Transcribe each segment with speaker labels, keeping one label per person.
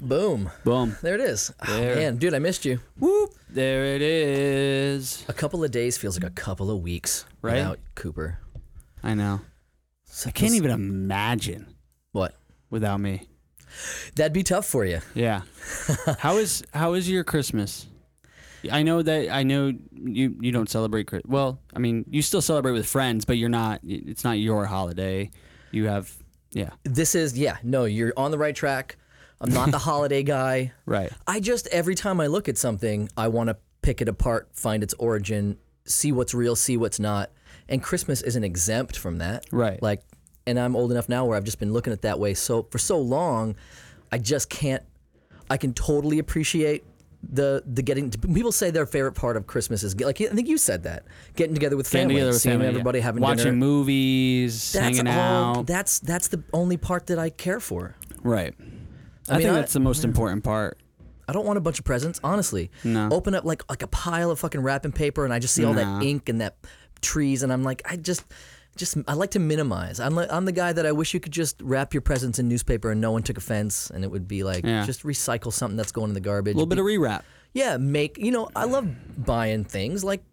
Speaker 1: Boom.
Speaker 2: Boom.
Speaker 1: There it is. Ah,
Speaker 2: There.
Speaker 1: man, dude, I missed you.
Speaker 2: Whoop. There it is.
Speaker 1: A couple of days feels like a couple of weeks
Speaker 2: Right?
Speaker 1: without Cooper.
Speaker 2: I know. I can't even imagine
Speaker 1: What?
Speaker 2: without me.
Speaker 1: That'd be tough for you.
Speaker 2: Yeah. how is how is your Christmas? I know that I know you you don't celebrate Chri- well, I mean, you still celebrate with friends, but you're not it's not your holiday. You have yeah.
Speaker 1: This is, yeah, no, you're on the right track. I'm not the holiday guy.
Speaker 2: Right.
Speaker 1: I just, every time I look at something, I want to pick it apart, find its origin, see what's real, see what's not. And Christmas isn't exempt from that.
Speaker 2: Right.
Speaker 1: Like, and I'm old enough now where I've just been looking at that way so for so long, I just can't. I can totally appreciate the the getting. People say their favorite part of Christmas is like I think you said that getting together with
Speaker 2: Getting
Speaker 1: family,
Speaker 2: together with
Speaker 1: seeing
Speaker 2: family, yeah.
Speaker 1: everybody having
Speaker 2: watching
Speaker 1: dinner.
Speaker 2: movies,
Speaker 1: That's
Speaker 2: hanging
Speaker 1: all.
Speaker 2: out.
Speaker 1: That's that's the only part that I care for.
Speaker 2: right. I,
Speaker 1: mean,
Speaker 2: think
Speaker 1: I-
Speaker 2: that's the most important part.
Speaker 1: I don't want a bunch of presents, honestly.
Speaker 2: No.
Speaker 1: Open up like like a pile of fucking wrapping paper, and I just see all
Speaker 2: No.
Speaker 1: that ink and that trees, and I'm like, I just, just I like to minimize. I'm like, I'm the guy that I wish you could just wrap your presents in newspaper and no one took offense, and it would be like
Speaker 2: Yeah.
Speaker 1: just recycle something that's going in the garbage.
Speaker 2: A little bit of rewrap.
Speaker 1: yeah, make you know I love buying things like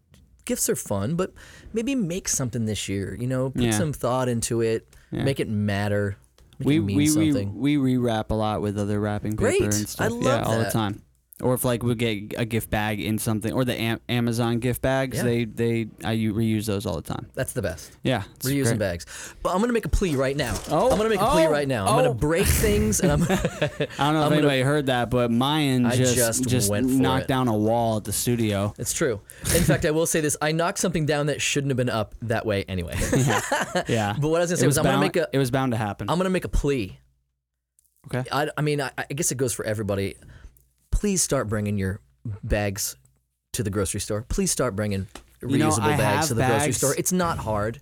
Speaker 1: gifts are fun, but maybe make something this year. You know, put
Speaker 2: Yeah.
Speaker 1: some thought into it, make it matter, make
Speaker 2: we
Speaker 1: it mean
Speaker 2: we
Speaker 1: something.
Speaker 2: we we rewrap a lot with other wrapping paper
Speaker 1: Great.
Speaker 2: and
Speaker 1: I
Speaker 2: stuff. yeah,
Speaker 1: love
Speaker 2: all the
Speaker 1: that.
Speaker 2: time. Or if like we get a gift bag in something, or the Am- Amazon gift bags,
Speaker 1: Yeah.
Speaker 2: they they I u- reuse those all the time.
Speaker 1: that's the best.
Speaker 2: Yeah, it's
Speaker 1: Reusing bags.
Speaker 2: great.
Speaker 1: But I'm gonna make a plea right now.
Speaker 2: Oh,
Speaker 1: I'm gonna make a plea
Speaker 2: oh,
Speaker 1: right now. I'm
Speaker 2: oh.
Speaker 1: gonna break things, and I'm.
Speaker 2: I don't know if
Speaker 1: gonna-
Speaker 2: anybody heard that, but mine
Speaker 1: I
Speaker 2: just
Speaker 1: just went for
Speaker 2: knocked
Speaker 1: it.
Speaker 2: down a wall at the studio.
Speaker 1: it's true. In fact, I will say this: I knocked something down that shouldn't have been up that way anyway.
Speaker 2: Yeah,
Speaker 1: But what I was gonna
Speaker 2: It
Speaker 1: say was I'm
Speaker 2: bound,
Speaker 1: gonna make a-
Speaker 2: It was bound to happen.
Speaker 1: I'm gonna make a plea.
Speaker 2: okay.
Speaker 1: I, I mean, I, I guess it goes for everybody. Please start bringing your bags to the grocery store. Please start bringing reusable
Speaker 2: know, I have
Speaker 1: bags to the grocery
Speaker 2: bags.
Speaker 1: store. It's not hard.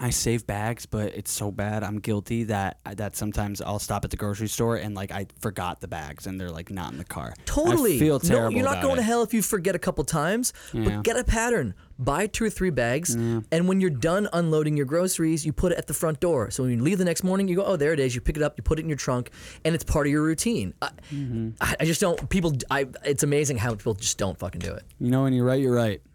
Speaker 2: I save bags, but it's so bad. I'm guilty that that sometimes I'll stop at the grocery store and like I forgot the bags and they're like not in the car.
Speaker 1: Totally.
Speaker 2: I feel terrible.
Speaker 1: No, you're not
Speaker 2: about
Speaker 1: going to
Speaker 2: it.
Speaker 1: hell if you forget a couple times,
Speaker 2: Yeah.
Speaker 1: but get a pattern. Buy two or three bags, and when you're done unloading your groceries, you put it at the front door. So when you leave the next morning, you go, oh, there it is. You pick it up, you put it in your trunk, and it's part of your routine. I,
Speaker 2: Mm-hmm.
Speaker 1: I, I just don't, people, I, it's amazing how people just don't fucking do it.
Speaker 2: You know, when you're right, you're right.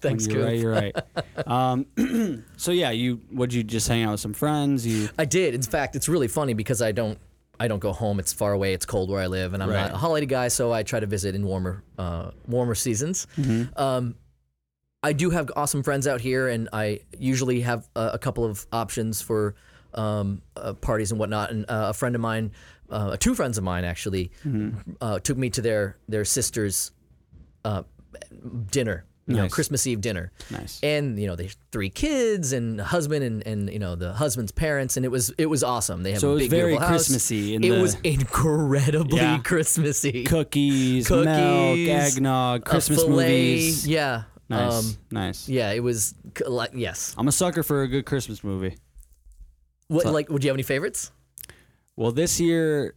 Speaker 1: Thanks,
Speaker 2: You're
Speaker 1: Coop.
Speaker 2: right. You're right. Um, so yeah, you would you just hang out with some friends? You
Speaker 1: I did. In fact, it's really funny because I don't I don't go home. It's far away. It's cold where I live, and I'm
Speaker 2: Right.
Speaker 1: not a holiday guy, so I try to visit in warmer uh, warmer seasons.
Speaker 2: Mm-hmm.
Speaker 1: Um, I do have awesome friends out here, and I usually have a, a couple of options for um, uh, parties and whatnot. And uh, a friend of mine, uh, two friends of mine actually,
Speaker 2: Mm-hmm.
Speaker 1: uh, took me to their their sister's uh, dinner. You know,
Speaker 2: Nice.
Speaker 1: Christmas Eve dinner
Speaker 2: nice.
Speaker 1: and you know they three kids and a husband and and you know the husband's parents and it was it was awesome they have
Speaker 2: So
Speaker 1: a
Speaker 2: it was
Speaker 1: big
Speaker 2: very
Speaker 1: beautiful house.
Speaker 2: Christmassy in
Speaker 1: it
Speaker 2: the-
Speaker 1: was incredibly
Speaker 2: Yeah.
Speaker 1: christmassy
Speaker 2: Cookies, milk,
Speaker 1: Cookies,
Speaker 2: eggnog,
Speaker 1: A
Speaker 2: Christmas
Speaker 1: fillet.
Speaker 2: movies.
Speaker 1: yeah
Speaker 2: Nice,
Speaker 1: um
Speaker 2: nice.
Speaker 1: yeah it was c- like yes
Speaker 2: I'm a sucker for a good Christmas movie.
Speaker 1: what
Speaker 2: So-
Speaker 1: like would you have any favorites
Speaker 2: Well, this year,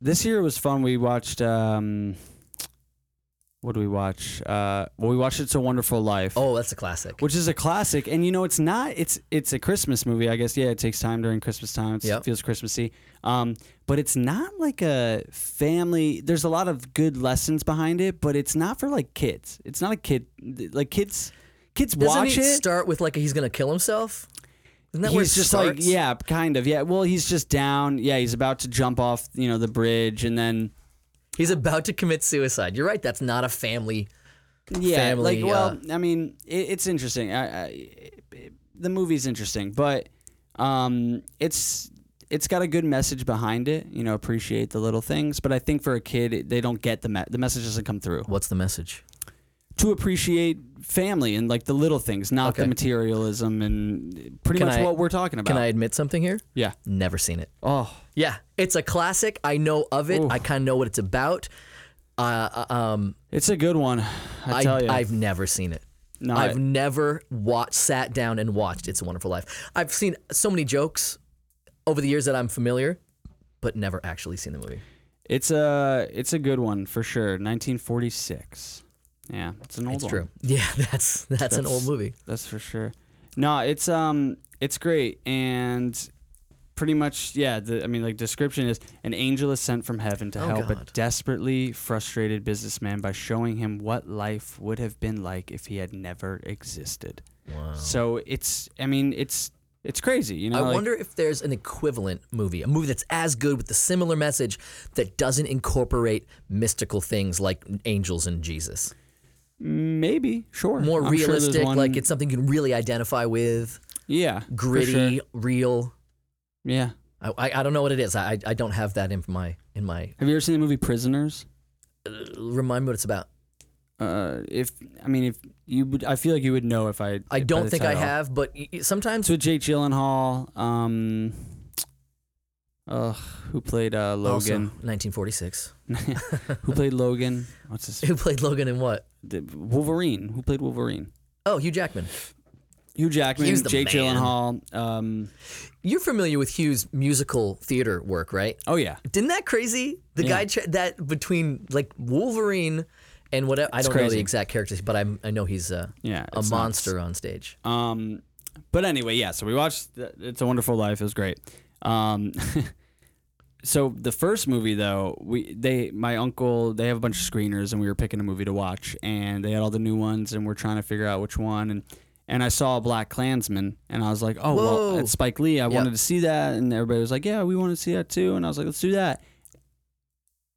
Speaker 2: this year was fun. We watched. Um, what do we watch? Uh, well, we watched It's a Wonderful Life.
Speaker 1: oh that's a classic
Speaker 2: which is a classic and you know it's not it's it's a christmas movie i guess yeah it takes time during christmas time It's-
Speaker 1: Yep.
Speaker 2: it feels christmassy um, but it's not like a family there's a lot of good lessons behind it but it's not for like kids it's not a kid like kids kids
Speaker 1: doesn't
Speaker 2: watch
Speaker 1: it
Speaker 2: it
Speaker 1: start with like he's gonna kill himself isn't that where it
Speaker 2: he's just like
Speaker 1: starts?
Speaker 2: yeah kind of yeah well he's just down yeah he's about to jump off you know the bridge and then
Speaker 1: he's about to commit suicide you're right that's not a family
Speaker 2: yeah,
Speaker 1: family, uh,
Speaker 2: Like, well, I mean, it, it's interesting. I, I, it- the movie's interesting, but um, it's it's got a good message behind it. You know, appreciate the little things. But I think for a kid, it- they don't get the me- the message doesn't come through.
Speaker 1: what's the message
Speaker 2: To appreciate family and like the little things, not the
Speaker 1: Okay.
Speaker 2: materialism and pretty
Speaker 1: Can
Speaker 2: much
Speaker 1: I-
Speaker 2: what we're talking about.
Speaker 1: can I admit something here
Speaker 2: Yeah.
Speaker 1: never seen it
Speaker 2: Oh,
Speaker 1: Yeah, it's a classic. I know of it. I kind of know what it's about. Uh, uh, um,
Speaker 2: it's a good one. I
Speaker 1: I,
Speaker 2: tell you.
Speaker 1: I've never seen it.
Speaker 2: No,
Speaker 1: I've
Speaker 2: I-
Speaker 1: never watched, sat down and watched It's a Wonderful Life. I've seen so many jokes over the years that I'm familiar, but never actually seen the movie.
Speaker 2: it's a it's a good one for sure. 1946. Yeah, it's an old
Speaker 1: It's
Speaker 2: one.
Speaker 1: true. Yeah, that's, that's an old movie.
Speaker 2: That's for sure. No, it's um, it's great, and pretty much yeah. The, I mean, like description is an angel is sent from heaven to
Speaker 1: Oh,
Speaker 2: help a
Speaker 1: God.
Speaker 2: desperately frustrated businessman by showing him what life would have been like if he had never existed.
Speaker 1: Wow.
Speaker 2: So it's I mean it's it's crazy. You know,
Speaker 1: I
Speaker 2: like-
Speaker 1: wonder if there's an equivalent movie, a movie that's as good with a similar message that doesn't incorporate mystical things like angels and Jesus.
Speaker 2: maybe sure
Speaker 1: More
Speaker 2: I'm sure there's
Speaker 1: realistic,
Speaker 2: one-
Speaker 1: like it's something you can really identify with,
Speaker 2: yeah for
Speaker 1: gritty,
Speaker 2: sure.
Speaker 1: real.
Speaker 2: Yeah.
Speaker 1: I, I, I don't know what it is. I, I don't have that in my in my. uh,
Speaker 2: Have you ever seen the movie Prisoners?
Speaker 1: Remind me what it's about.
Speaker 2: Uh, if I mean, if you would, I feel like you would know if I.
Speaker 1: I
Speaker 2: by
Speaker 1: don't
Speaker 2: the
Speaker 1: think I
Speaker 2: title.
Speaker 1: have, but y- y- sometimes
Speaker 2: It's with Jake Gyllenhaal. Um, ugh, who played uh,
Speaker 1: also,
Speaker 2: Logan?
Speaker 1: 1946.
Speaker 2: who played Logan? What's his
Speaker 1: Who played Logan in what?
Speaker 2: the- Wolverine? Who played Wolverine?
Speaker 1: Oh, Hugh Jackman.
Speaker 2: Hugh Jackman,
Speaker 1: He's the
Speaker 2: Jake
Speaker 1: man.
Speaker 2: Gyllenhaal. Um,
Speaker 1: You're familiar with Hugh's musical theater work, right?
Speaker 2: oh yeah,
Speaker 1: Didn't that crazy? The guy tra- that between like Wolverine and whatever I don't know
Speaker 2: crazy.
Speaker 1: the exact characters, but I'm, I know he's uh, a
Speaker 2: yeah, it's nuts.
Speaker 1: monster on stage.
Speaker 2: Um, but anyway, yeah. So we watched th- It's a Wonderful Life. It was great. Um, so the first movie though, we they my uncle they have a bunch of screeners and we were picking a movie to watch and they had all the new ones and we're trying to figure out which one and and I saw Black Klansman and I was like, oh well,
Speaker 1: Whoa.
Speaker 2: it's Spike Lee. I wanted to see that and everybody was like, yeah, we want to see that too. And I was like, let's do that.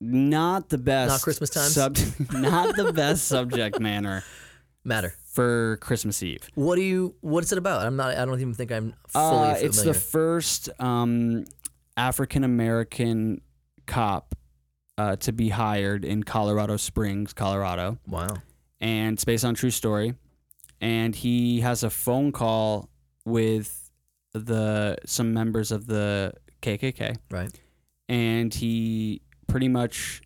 Speaker 2: Not the best.
Speaker 1: Christmas times?
Speaker 2: Sub- not the best subject matter
Speaker 1: Matter.
Speaker 2: for Christmas Eve.
Speaker 1: What do you? What's it about? I'm not. I don't even think I'm fully
Speaker 2: Uh,
Speaker 1: familiar.
Speaker 2: it's the first um, African American cop uh, to be hired in Colorado Springs, Colorado,
Speaker 1: wow.
Speaker 2: and it's based on a true story. And he has a phone call with the some members of the KKK,
Speaker 1: Right.
Speaker 2: and he pretty much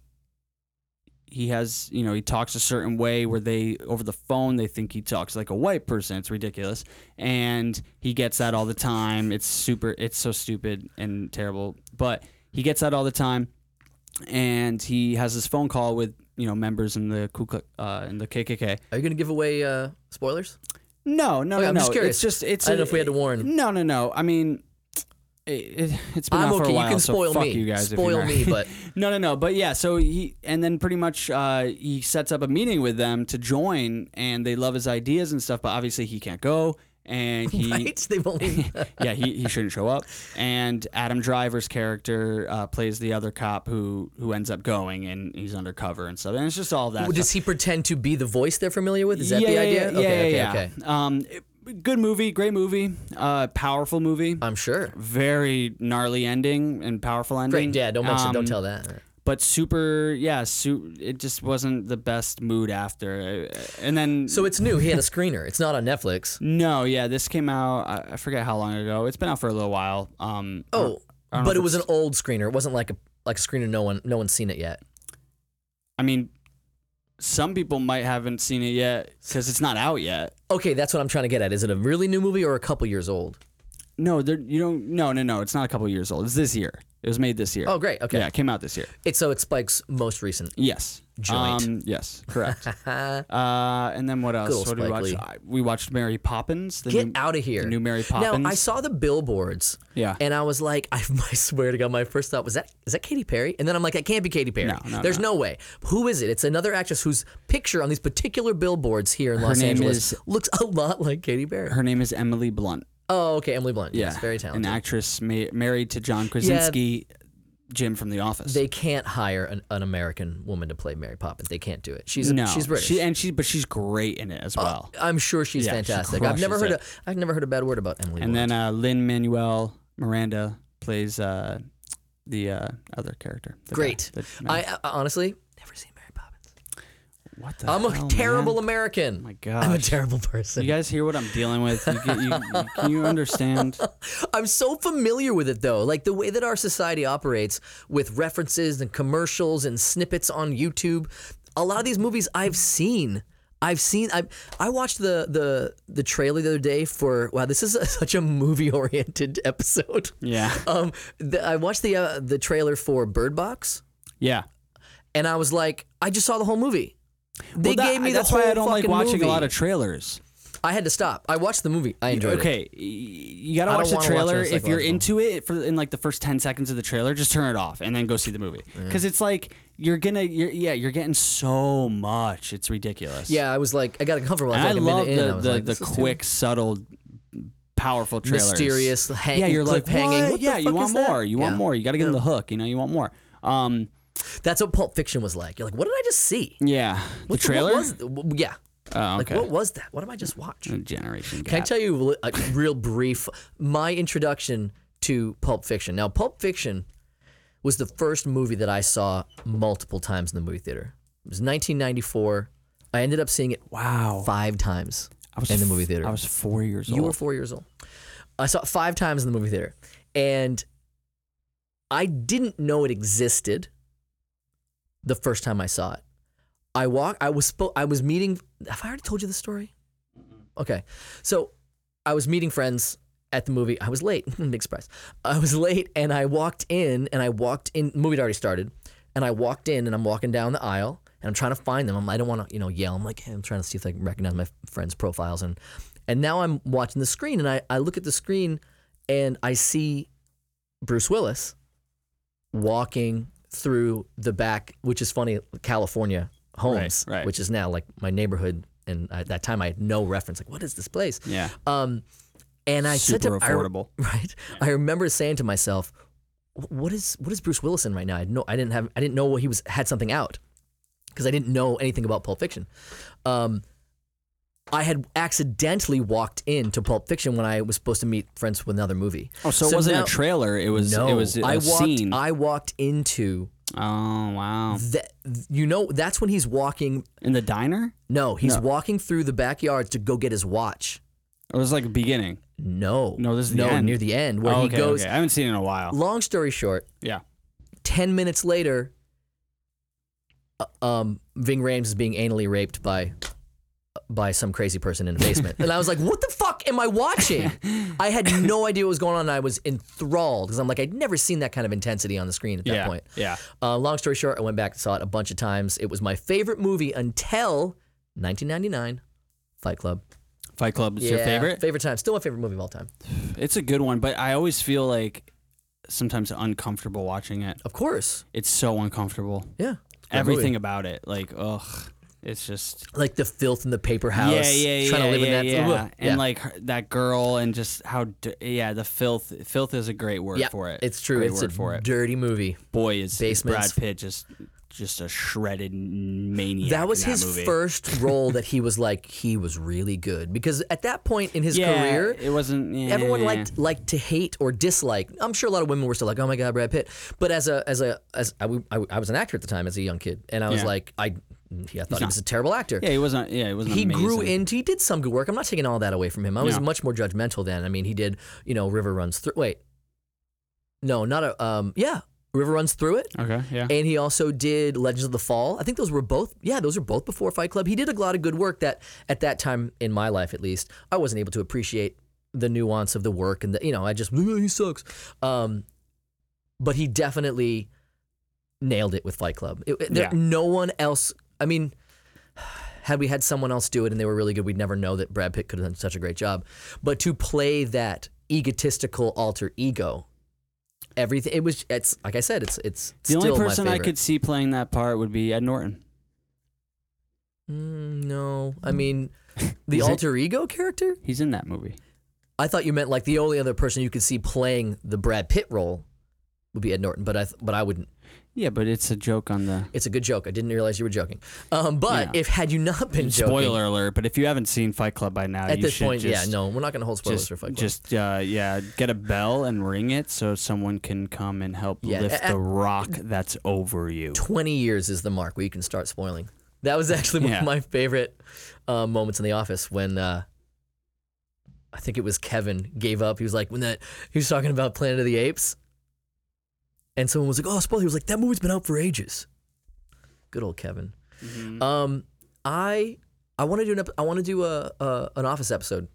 Speaker 2: he has you know he talks a certain way where they over the phone they think he talks like a white person it's ridiculous and he gets that all the time it's super it's so stupid and terrible but he gets that all the time and he has this phone call with you know members in the Ku Klux, uh, in the KKK
Speaker 1: Are you gonna give away uh, spoilers?
Speaker 2: no no
Speaker 1: Okay,
Speaker 2: no
Speaker 1: I'm
Speaker 2: no
Speaker 1: just curious.
Speaker 2: it's just it's
Speaker 1: I don't know if we had to warn.
Speaker 2: no no no I mean it, it, it's been
Speaker 1: I'm
Speaker 2: out for
Speaker 1: okay.
Speaker 2: a while
Speaker 1: you can
Speaker 2: so
Speaker 1: spoil
Speaker 2: fuck
Speaker 1: me.
Speaker 2: you guys if you're
Speaker 1: spoil
Speaker 2: not-
Speaker 1: me, but
Speaker 2: No, no, no. But yeah, so he and then pretty much uh, he sets up a meeting with them to join, and they love his ideas and stuff. But obviously, he can't go, and he
Speaker 1: right? They won't. leave.
Speaker 2: yeah, he, he shouldn't show up. And Adam Driver's character uh, plays the other cop who who ends up going, and he's undercover and stuff. And it's just all that. stuff.
Speaker 1: Does he pretend to be the voice they're familiar with? Is that
Speaker 2: yeah,
Speaker 1: the
Speaker 2: yeah,
Speaker 1: idea?
Speaker 2: Yeah,
Speaker 1: okay.
Speaker 2: yeah,
Speaker 1: okay.
Speaker 2: yeah.
Speaker 1: Okay.
Speaker 2: Um, it- good movie, great movie, uh, powerful movie.
Speaker 1: I'm sure.
Speaker 2: very gnarly ending and powerful ending.
Speaker 1: Great. Yeah. Don't mention.
Speaker 2: Um,
Speaker 1: don't tell that.
Speaker 2: but super yeah su- it just wasn't the best mood after Uh, and then
Speaker 1: So it's new. He had a screener. It's not on Netflix.
Speaker 2: no yeah this came out I, I forget how long ago it's been out for a little while um I
Speaker 1: Oh,
Speaker 2: don't- I don't know
Speaker 1: but
Speaker 2: if
Speaker 1: it was an
Speaker 2: it's-
Speaker 1: old screener. It wasn't like a like a screener. No one, no one's seen it yet.
Speaker 2: i mean some people might haven't seen it yet because it's not out yet
Speaker 1: Okay, that's what I'm trying to get at. Is it a really new movie or a couple years old?
Speaker 2: no there you don't no no no it's not a couple years old it's this year it was made this year
Speaker 1: Oh, great. Okay,
Speaker 2: yeah it came out this year
Speaker 1: it's so it's Spike's most recent.
Speaker 2: yes
Speaker 1: Joint.
Speaker 2: um yes correct uh and then what else
Speaker 1: old
Speaker 2: what did we
Speaker 1: Spike
Speaker 2: watch
Speaker 1: Lee.
Speaker 2: I- we watched mary poppins the
Speaker 1: Get
Speaker 2: new-
Speaker 1: out of here.
Speaker 2: new Mary Poppins.
Speaker 1: Now I saw the billboards.
Speaker 2: Yeah.
Speaker 1: And I was like, I, I swear to God, my first thought was that is that Katy Perry? And then I'm like, it can't be Katy Perry.
Speaker 2: No, no,
Speaker 1: There's no. way. Who is it? It's another actress whose picture on these particular billboards here in Los
Speaker 2: name
Speaker 1: Angeles
Speaker 2: is-
Speaker 1: looks a lot like Katy Perry.
Speaker 2: her name is emily blunt
Speaker 1: oh, okay, Emily Blunt.
Speaker 2: Yeah,
Speaker 1: Yes, very talented.
Speaker 2: An actress ma- married to John Krasinski, Jim from The Office.
Speaker 1: they can't hire an, an American woman to play Mary Poppins. They can't do it. She's
Speaker 2: no,
Speaker 1: she's British. Uh,
Speaker 2: She, and she, but she's great in it as well.
Speaker 1: I'm sure she's
Speaker 2: Yeah, she
Speaker 1: fantastic. I've never heard
Speaker 2: crushes
Speaker 1: a, I've never heard a bad word about Emily.
Speaker 2: and
Speaker 1: Blunt.
Speaker 2: then uh, Lynn Manuel Miranda plays uh, the uh, other character. the guy,
Speaker 1: great.
Speaker 2: the man.
Speaker 1: I, I honestly never seen Mary Poppins.
Speaker 2: what the
Speaker 1: I'm a
Speaker 2: hell,
Speaker 1: terrible
Speaker 2: man?
Speaker 1: American.
Speaker 2: Oh my
Speaker 1: I'm a
Speaker 2: gosh.
Speaker 1: terrible
Speaker 2: you
Speaker 1: person.
Speaker 2: guys hear what I'm dealing with? You, get, you, you, can you understand?
Speaker 1: I'm so familiar with it though. Like the way that our society operates with references and commercials and snippets on YouTube. A lot of these movies I've seen. I've seen I I watched the the the trailer the other day for wow this is a, such a movie oriented episode.
Speaker 2: Yeah,
Speaker 1: Um the, I watched the uh, the trailer for Bird Box
Speaker 2: yeah.
Speaker 1: and I was like I just saw the whole movie. They
Speaker 2: Well, that-
Speaker 1: gave me the
Speaker 2: that's
Speaker 1: whole
Speaker 2: why I don't like
Speaker 1: fucking
Speaker 2: watching
Speaker 1: movie.
Speaker 2: a lot of trailers.
Speaker 1: I had to stop. I watched the movie. I enjoyed it.
Speaker 2: okay, y- you gotta
Speaker 1: I don't
Speaker 2: watch the
Speaker 1: wanna watch a
Speaker 2: trailer. if you're
Speaker 1: psychological.
Speaker 2: into it for in like the first ten seconds of the trailer, just turn it off and then go see the movie. Because it's like you're gonna, you're, yeah, you're getting so much. It's ridiculous.
Speaker 1: Yeah, I was like, I got uncomfortable. I,
Speaker 2: and I
Speaker 1: was like, a
Speaker 2: love
Speaker 1: minute in, I
Speaker 2: the
Speaker 1: was
Speaker 2: the,
Speaker 1: like,
Speaker 2: the
Speaker 1: this is too
Speaker 2: quick, subtle, powerful trailers.
Speaker 1: mysterious hang-
Speaker 2: yeah, you're like
Speaker 1: hanging.
Speaker 2: What? yeah, you want more. You want
Speaker 1: Yeah.
Speaker 2: more. You gotta get in the hook. You know, you want more. Um,
Speaker 1: That's what Pulp Fiction was like. You're like, what did I just see?
Speaker 2: yeah,
Speaker 1: What
Speaker 2: the trailer.
Speaker 1: What was, w- yeah.
Speaker 2: oh,
Speaker 1: Like,
Speaker 2: okay. Mm,
Speaker 1: what was that? What did I just watch?
Speaker 2: Generation
Speaker 1: Can I
Speaker 2: gap.
Speaker 1: tell you li- a real brief my introduction to Pulp Fiction? Now, Pulp Fiction was the first movie that I saw multiple times in the movie theater. It was 1994. I ended up seeing it
Speaker 2: wow,
Speaker 1: five times
Speaker 2: I was
Speaker 1: in the
Speaker 2: f-
Speaker 1: movie theater.
Speaker 2: I was four years
Speaker 1: You
Speaker 2: old.
Speaker 1: were four years old. I saw it five times in the movie theater, and I didn't know it existed the first time I saw it. I walk. I was. Spo- I was meeting. Have I already told you the story? Okay, so I was meeting friends at the movie. I was late. Big surprise. I was late, and I walked in, and I walked in. The movie had already started, and I walked in, and I'm walking down the aisle, and I'm trying to find them. I'm, I don't want to, you know, yell. I'm like, hey, I'm trying to see if I can recognize my friends' profiles, and and now I'm watching the screen, and I I look at the screen, and I see Bruce Willis walking through the back, which is funny, California homes,
Speaker 2: right.
Speaker 1: which is now like my neighborhood. And at that time, I had no reference. Like, what is this place?
Speaker 2: yeah,
Speaker 1: Um, and I said
Speaker 2: super
Speaker 1: to I re-
Speaker 2: affordable.
Speaker 1: right, I remember saying to myself, "Wh- "What is what is Bruce Willis in right now?" I had no, I didn't have, I didn't know he was had something out because I didn't know anything about Pulp Fiction. Um, I had accidentally walked into Pulp Fiction when I was supposed to meet friends with another movie.
Speaker 2: Oh, so, it wasn't
Speaker 1: now-
Speaker 2: a trailer. It was.
Speaker 1: No,
Speaker 2: it was a
Speaker 1: I walked.
Speaker 2: scene.
Speaker 1: I walked into
Speaker 2: oh wow!
Speaker 1: that. You know, that's when he's walking.
Speaker 2: In the diner,
Speaker 1: No, he's
Speaker 2: No.
Speaker 1: walking through the backyard to go get his watch.
Speaker 2: it was like beginning.
Speaker 1: No,
Speaker 2: No, this is the
Speaker 1: no
Speaker 2: end.
Speaker 1: near the end where
Speaker 2: oh,
Speaker 1: he
Speaker 2: okay,
Speaker 1: goes.
Speaker 2: okay. I haven't seen it in a while.
Speaker 1: Long story short,
Speaker 2: Yeah.
Speaker 1: 10 minutes later, uh, um, Ving Rhames is being anally raped by by some crazy person in the basement. and I was like, what the fuck am I watching? I had no idea what was going on. And I was enthralled because I'm like, I'd never seen that kind of intensity on the screen at that
Speaker 2: yeah.
Speaker 1: point.
Speaker 2: Yeah.
Speaker 1: Uh, long story short, I went back and saw it a bunch of times. It was my favorite movie until 1999, Fight Club.
Speaker 2: Fight Club is your
Speaker 1: Yeah,
Speaker 2: favorite.
Speaker 1: Favorite time. Still my favorite movie of all time.
Speaker 2: It's a good one, but I always feel like sometimes uncomfortable watching it.
Speaker 1: Of course.
Speaker 2: It's so uncomfortable.
Speaker 1: Yeah. It's a great
Speaker 2: Everything
Speaker 1: movie.
Speaker 2: about it, like ugh, it's just
Speaker 1: Like the filth in the paper house.
Speaker 2: yeah, yeah,
Speaker 1: Trying
Speaker 2: yeah,
Speaker 1: to live
Speaker 2: yeah,
Speaker 1: in that.
Speaker 2: yeah.
Speaker 1: Ugh.
Speaker 2: and like her, that girl, and just how d- yeah, the filth. Filth is a great word for it.
Speaker 1: It's true.
Speaker 2: Great
Speaker 1: it's
Speaker 2: word
Speaker 1: a
Speaker 2: for it.
Speaker 1: dirty movie.
Speaker 2: Boy is, is Brad
Speaker 1: basements.
Speaker 2: Pitt just just a shredded maniac.
Speaker 1: That was
Speaker 2: in
Speaker 1: his
Speaker 2: movie.
Speaker 1: first role that he was like he was really good because at that point in his
Speaker 2: yeah,
Speaker 1: career,
Speaker 2: It wasn't. Yeah,
Speaker 1: everyone
Speaker 2: yeah,
Speaker 1: liked liked to hate or dislike. I'm sure a lot of women were still like, "Oh my God, Brad Pitt." But as a as a as I, w- I w- I was an actor at the time as a young kid, and I was
Speaker 2: Yeah.
Speaker 1: like, I yeah, I thought he was a terrible actor.
Speaker 2: Yeah, he wasn't. Yeah, he wasn't.
Speaker 1: he
Speaker 2: amazing.
Speaker 1: grew into he did some good work. I'm not taking all that away from him. I was
Speaker 2: No.
Speaker 1: much more judgmental then. I mean, he did you know River Runs Through. Wait, no, not a um yeah River Runs Through It.
Speaker 2: Okay. Yeah.
Speaker 1: And he also did Legends of the Fall. I think those were both, yeah, those were both before Fight Club. He did a lot of good work that, at that time in my life at least, I wasn't able to appreciate the nuance of the work and the, you know, I just, "Ugh, he sucks. Um, but he definitely nailed it with Fight Club. It, it- there,
Speaker 2: Yeah.
Speaker 1: No one else, I mean, had we had someone else do it and they were really good, we'd never know that Brad Pitt could have done such a great job. But to play that egotistical alter ego, everything it was it's like I said, it's it's
Speaker 2: The only
Speaker 1: still
Speaker 2: person
Speaker 1: my
Speaker 2: I
Speaker 1: favorite.
Speaker 2: could see playing that part would be Ed Norton.
Speaker 1: Mm, no, I mean the
Speaker 2: Is it-
Speaker 1: alter ego character.
Speaker 2: He's in that movie.
Speaker 1: I thought you meant like the only other person you could see playing the Brad Pitt role would be Ed Norton, but I th- but I wouldn't.
Speaker 2: Yeah, but it's a joke on the.
Speaker 1: It's a good joke. I didn't realize you were joking. Um, but
Speaker 2: Yeah.
Speaker 1: if had you not been joking,
Speaker 2: Spoiler alert! But if you haven't seen Fight Club by now,
Speaker 1: at
Speaker 2: you
Speaker 1: this
Speaker 2: should
Speaker 1: point,
Speaker 2: just,
Speaker 1: yeah, no, we're not going to hold spoilers
Speaker 2: just,
Speaker 1: for Fight Club.
Speaker 2: just uh, yeah, get a bell and ring it so someone can come and help
Speaker 1: Yeah,
Speaker 2: lift
Speaker 1: a-
Speaker 2: the rock that's over you.
Speaker 1: Twenty years is the mark where you can start spoiling. That was actually one
Speaker 2: Yeah.
Speaker 1: of my favorite uh, moments in The Office when. Uh, I think it was Kevin gave up. He was like, when that he was talking about Planet of the Apes, and someone was like, "Oh, spoiler!" He was like, "That movie's been out for ages." Good old Kevin.
Speaker 2: Mm. Mm-hmm.
Speaker 1: Um, I I want to do an ep- I want to do a, a an Office episode.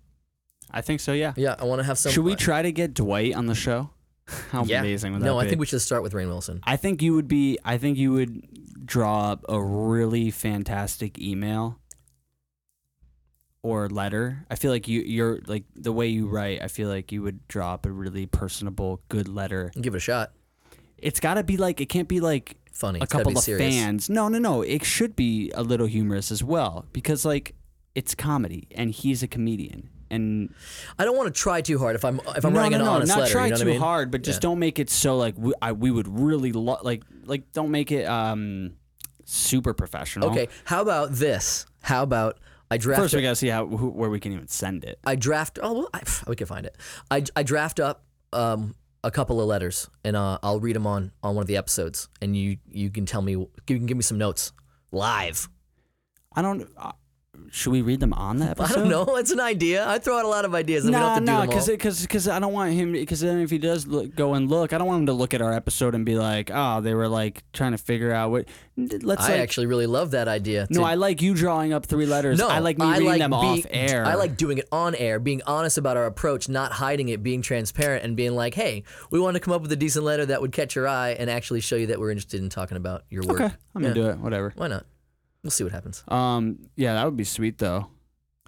Speaker 2: I think so. Yeah.
Speaker 1: Yeah, I want to have some.
Speaker 2: Should we try to get Dwight on the show? How
Speaker 1: yeah.
Speaker 2: amazing would that
Speaker 1: no,
Speaker 2: be?
Speaker 1: I think we should start with Rain Wilson.
Speaker 2: I think you would be. I think you would draw up a really fantastic email or letter. I feel like you you're like the way you write. I feel like you would drop a really personable, good letter.
Speaker 1: Give it a shot.
Speaker 2: It's got to be like it can't be like
Speaker 1: Funny.
Speaker 2: a
Speaker 1: It's gotta
Speaker 2: couple
Speaker 1: be
Speaker 2: of
Speaker 1: serious.
Speaker 2: fans. No, no, no. It should be a little humorous as well because like it's comedy and he's a comedian and
Speaker 1: I don't want to try too hard if I'm if I'm
Speaker 2: no,
Speaker 1: writing
Speaker 2: no,
Speaker 1: an
Speaker 2: no,
Speaker 1: honest
Speaker 2: not
Speaker 1: letter.
Speaker 2: try
Speaker 1: you know
Speaker 2: too
Speaker 1: what I mean?
Speaker 2: hard, but just
Speaker 1: Yeah.
Speaker 2: don't make it so like we, I, we would really lo- like like don't make it um super professional.
Speaker 1: Okay. How about this? How about I draft
Speaker 2: First, we gotta see how who, where we can even send it.
Speaker 1: I draft. Oh, well, I, pff, we can find it. I, I draft up um, a couple of letters, and uh, I'll read them on on one of the episodes, and you you can tell me you can give me some notes live.
Speaker 2: I don't. Uh, should we read them on the
Speaker 1: I
Speaker 2: episode?
Speaker 1: don't know. It's an idea. I throw out a lot of ideas, and we don't
Speaker 2: No,
Speaker 1: have to
Speaker 2: no,
Speaker 1: do them all.
Speaker 2: because because I don't want him because then if he does look, go and look, I don't want him to look at our episode and be like, oh, they were like trying to figure out what. Let's
Speaker 1: I
Speaker 2: like,
Speaker 1: actually really love that idea.
Speaker 2: no,
Speaker 1: to-
Speaker 2: I like you drawing up three letters.
Speaker 1: no,
Speaker 2: I like me
Speaker 1: I
Speaker 2: reading
Speaker 1: like
Speaker 2: them
Speaker 1: being-
Speaker 2: off air.
Speaker 1: I like doing it on air, being honest about our approach, not hiding it, being transparent, and being like, "Hey, we want to come up with a decent letter that would catch your eye and actually show you that we're interested in talking about your work."
Speaker 2: Okay, I'm gonna do it. Whatever.
Speaker 1: Why not? We'll see what happens.
Speaker 2: Um, yeah, that would be sweet though.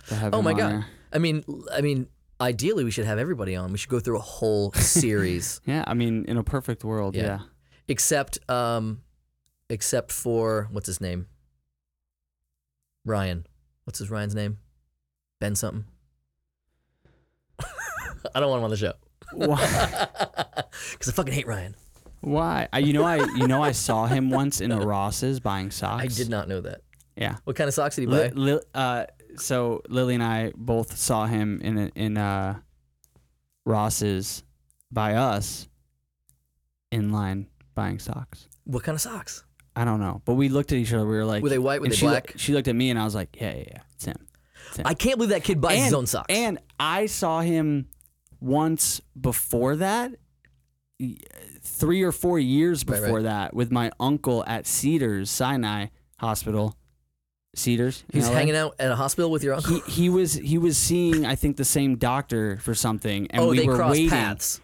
Speaker 2: to have
Speaker 1: Oh
Speaker 2: him
Speaker 1: my
Speaker 2: on
Speaker 1: god!
Speaker 2: there.
Speaker 1: I mean, I mean, ideally we should have everybody on. We should go through a whole series,
Speaker 2: Yeah, I mean, in a perfect world,
Speaker 1: Yeah.
Speaker 2: yeah.
Speaker 1: except, um, except for what's his name, Ryan. What's his Ryan's name? Ben something. I don't want him on the show
Speaker 2: Why?
Speaker 1: because I fucking hate Ryan.
Speaker 2: Why? I, you know, I you know, I saw him once in a Ross's buying socks.
Speaker 1: I did not know that.
Speaker 2: Yeah.
Speaker 1: What kind of socks did he
Speaker 2: Li-
Speaker 1: buy?
Speaker 2: Li- uh, so Lily and I both saw him in a- in uh, Ross's by us in line buying socks.
Speaker 1: What kind of socks?
Speaker 2: I don't know, but we looked at each other. We were like,
Speaker 1: Were they white? Were
Speaker 2: and
Speaker 1: they
Speaker 2: she, loo-
Speaker 1: black?
Speaker 2: she looked at me, and I was like, yeah, yeah, yeah, it's him.
Speaker 1: I can't believe that kid buys his
Speaker 2: And-
Speaker 1: own socks.
Speaker 2: And I saw him once before that, y- three or four years
Speaker 1: Right, right.
Speaker 2: before that, with my uncle at Cedars Sinai Hospital. Cedars. in
Speaker 1: He's
Speaker 2: LA.
Speaker 1: hanging out at a hospital with your uncle.
Speaker 2: He, he was he was seeing I think the same doctor for something, and
Speaker 1: oh,
Speaker 2: we
Speaker 1: they
Speaker 2: were
Speaker 1: cross
Speaker 2: waiting.
Speaker 1: paths.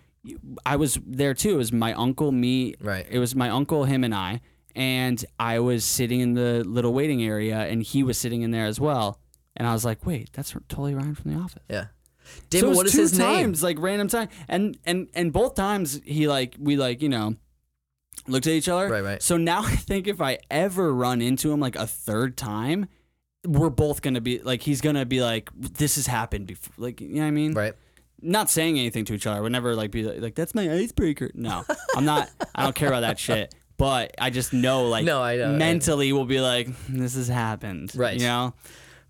Speaker 2: I was there too. It was my uncle, me.
Speaker 1: Right.
Speaker 2: It was my uncle, him, and I. And I was sitting in the little waiting area, and he was sitting in there as well. And I was like, "Wait, that's totally Ryan from the office."
Speaker 1: Yeah.
Speaker 2: So
Speaker 1: Damon,
Speaker 2: it was
Speaker 1: what is
Speaker 2: two
Speaker 1: his name?
Speaker 2: times, like random time, and and and both times he like we like you know looked at each other.
Speaker 1: Right, right.
Speaker 2: So now I think if I ever run into him like a third time, we're both gonna be like he's gonna be like this has happened before. Like you know what I mean?
Speaker 1: Right.
Speaker 2: Not saying anything to each other. I would never like be like that's my icebreaker. No, I'm not. I don't care about that shit. But I just know like
Speaker 1: No, I know, I-
Speaker 2: mentally we'll be like this has happened.
Speaker 1: Right.
Speaker 2: You know.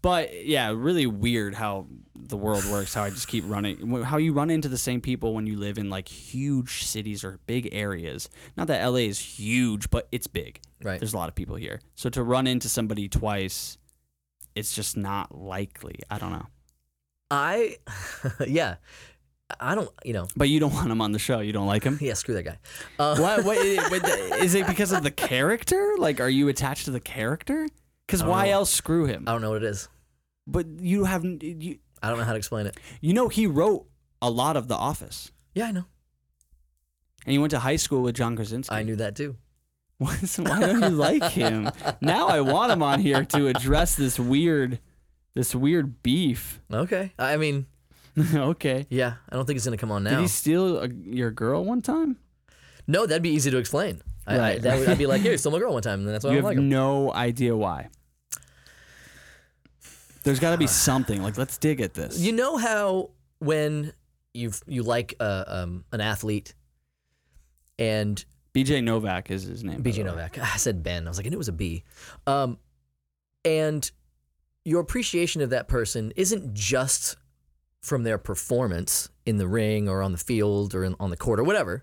Speaker 2: But yeah, really weird how the world works. How I just keep running, how you run into the same people when you live in like huge cities or big areas. Not that LA is huge, but it's big.
Speaker 1: Right.
Speaker 2: There's a lot of people here, so to run into somebody twice, it's just not likely. I don't know.
Speaker 1: I, yeah, I don't, you know,
Speaker 2: But you don't want him on the show. You don't like him.
Speaker 1: yeah, screw that guy. Uh,
Speaker 2: what, what, what is it because of the character? Like, are you attached to the character? Because why
Speaker 1: know.
Speaker 2: else screw him?
Speaker 1: I don't know what it is.
Speaker 2: But you have you,
Speaker 1: I don't know how to explain it.
Speaker 2: you know he wrote a lot of The Office.
Speaker 1: Yeah, I know.
Speaker 2: And you went to high school with John Krasinski.
Speaker 1: I knew that too.
Speaker 2: Why don't you like him? Now I want him on here to address this weird, this weird beef.
Speaker 1: Okay. I mean,
Speaker 2: okay.
Speaker 1: yeah, I don't think it's going to come on
Speaker 2: Did
Speaker 1: now.
Speaker 2: he steal a, your girl one time?
Speaker 1: No, that'd be easy to explain. I, I,
Speaker 2: Right.
Speaker 1: that would, I'd be like, yeah, you stole my girl one time, and that's why
Speaker 2: you
Speaker 1: I
Speaker 2: have
Speaker 1: don't like him.
Speaker 2: no idea why. There's got to be something. Like, let's dig at this.
Speaker 1: You know how when you you like uh, um, an athlete and
Speaker 2: BJ Novak is his name. by
Speaker 1: BJ
Speaker 2: the way.
Speaker 1: Novak. I said Ben. I was like, I knew it was a B. Um, and your appreciation of that person isn't just from their performance in the ring or on the field or in, on the court or whatever.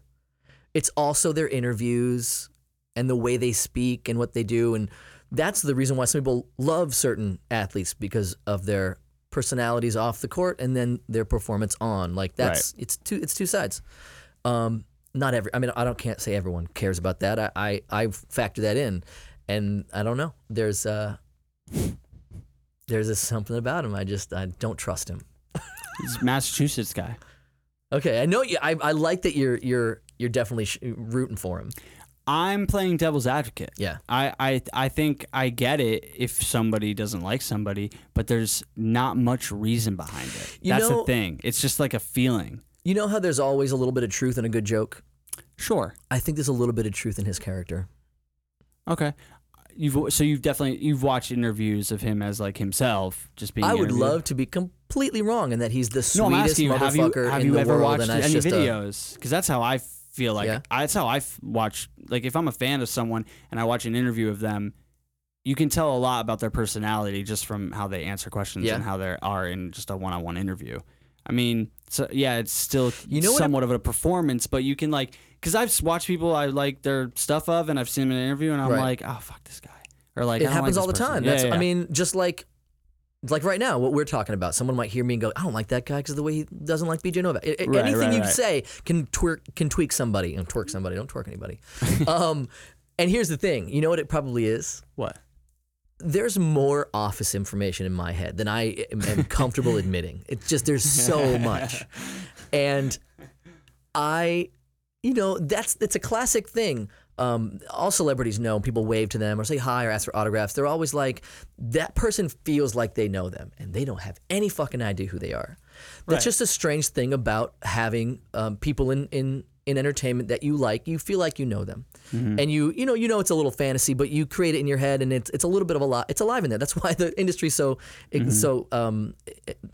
Speaker 1: It's also their interviews and the way they speak and what they do. And that's the reason why some people love certain athletes because of their personalities off the court and then their performance on. Like that's it's two it's two sides. Um, not every. I mean, I don't can't say everyone cares about that. I I, I factor that in, and I don't know. There's uh, there's just something about him. I just I don't trust him.
Speaker 2: He's a Massachusetts guy.
Speaker 1: Okay, I know you. I, I like that you're you're you're definitely sh- rooting for him.
Speaker 2: I'm playing devil's advocate.
Speaker 1: Yeah.
Speaker 2: I, I I think I get it if somebody doesn't like somebody, but there's not much reason behind it.
Speaker 1: You
Speaker 2: That's
Speaker 1: know-
Speaker 2: the thing. It's just like a feeling.
Speaker 1: You know how there's always a little bit of truth in a good joke?
Speaker 2: Sure.
Speaker 1: I think there's a little bit of truth in his character.
Speaker 2: Okay. You've so you've definitely you've watched interviews of him as like himself, just being.
Speaker 1: I would
Speaker 2: interviewed.
Speaker 1: love to be completely wrong and that he's the
Speaker 2: No, I'm
Speaker 1: sweetest
Speaker 2: asking you, have you
Speaker 1: motherfucker
Speaker 2: have
Speaker 1: in
Speaker 2: you
Speaker 1: the
Speaker 2: ever
Speaker 1: world,
Speaker 2: watched
Speaker 1: and that's
Speaker 2: any
Speaker 1: just uh, a-
Speaker 2: videos? Because that's how I feel like
Speaker 1: Yeah.
Speaker 2: I, that's how I f- watch. Like if I'm a fan of someone and I watch an interview of them, you can tell a lot about their personality just from how they answer questions
Speaker 1: Yeah.
Speaker 2: and how they are in just a one-on-one interview. I mean, so yeah, it's still
Speaker 1: You know what-
Speaker 2: somewhat of a performance, but you can like because I've s- watched people I like their stuff of and I've seen them in an interview and I'm
Speaker 1: Right.
Speaker 2: like, oh fuck this guy, or like
Speaker 1: it
Speaker 2: I don't like
Speaker 1: happens
Speaker 2: this
Speaker 1: all the
Speaker 2: person.
Speaker 1: time.
Speaker 2: Yeah,
Speaker 1: That's,
Speaker 2: yeah,
Speaker 1: I
Speaker 2: yeah.
Speaker 1: mean, just like, like right now, what we're talking about. Someone might hear me and go, "I don't like that guy because of the way he doesn't like BJ Novak." I- I-
Speaker 2: Right,
Speaker 1: Anything
Speaker 2: right,
Speaker 1: you
Speaker 2: right.
Speaker 1: say can twerk, can tweak somebody, and twerk somebody. Don't twerk anybody. um, and here's the thing. You know what it probably is.
Speaker 2: what?
Speaker 1: There's more office information in my head than I am, am comfortable admitting. It's just there's so much, and I, you know, that's it's a classic thing. Um, all celebrities know people wave to them or say hi or ask for autographs. They're always like, that person feels like they know them and they don't have any fucking idea who they are. That's
Speaker 2: Right.
Speaker 1: just a strange thing about having um, people in, in, in entertainment that you like. You feel like you know them, and you you know you know it's a little fantasy, but you create it in your head, and it's it's a little bit of a lot. It's alive in there. That's why the industry's so it's so um,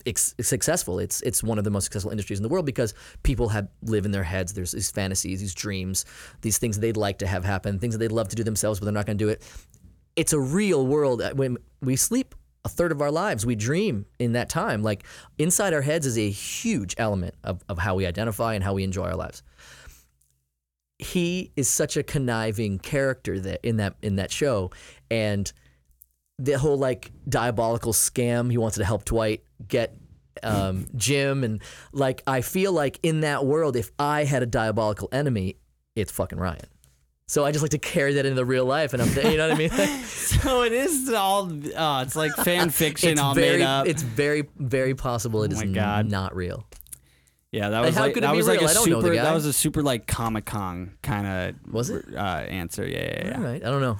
Speaker 1: it's successful. It's it's one of the most successful industries in the world because people have live in their heads. There's these fantasies, these dreams, these things they'd like to have happen, things that they'd love to do themselves, but they're not going to do it. It's a real world uh, when we sleep. A third of our lives, we dream in that time. Like inside our heads is a huge element of, of how we identify and how we enjoy our lives he is such a conniving character that in that in that show and the whole like diabolical scam he wanted to help Dwight get um, Jim and like I feel like in that world if I had a diabolical enemy it's fucking Ryan so I just like to carry that into the real life and I'm you know what I mean
Speaker 2: So it is all. Uh, it's like fan fiction
Speaker 1: it's
Speaker 2: all
Speaker 1: very
Speaker 2: made up. Oh
Speaker 1: it's very very possible it is
Speaker 2: my God.
Speaker 1: not real
Speaker 2: Yeah, that
Speaker 1: Like,
Speaker 2: was
Speaker 1: how
Speaker 2: like,
Speaker 1: could it
Speaker 2: that
Speaker 1: be
Speaker 2: was like
Speaker 1: real?
Speaker 2: a
Speaker 1: I don't know
Speaker 2: super
Speaker 1: the guy.
Speaker 2: that was a super like Comic Con kind of
Speaker 1: Was it?
Speaker 2: uh, answer. Yeah, yeah, yeah.
Speaker 1: all right I don't know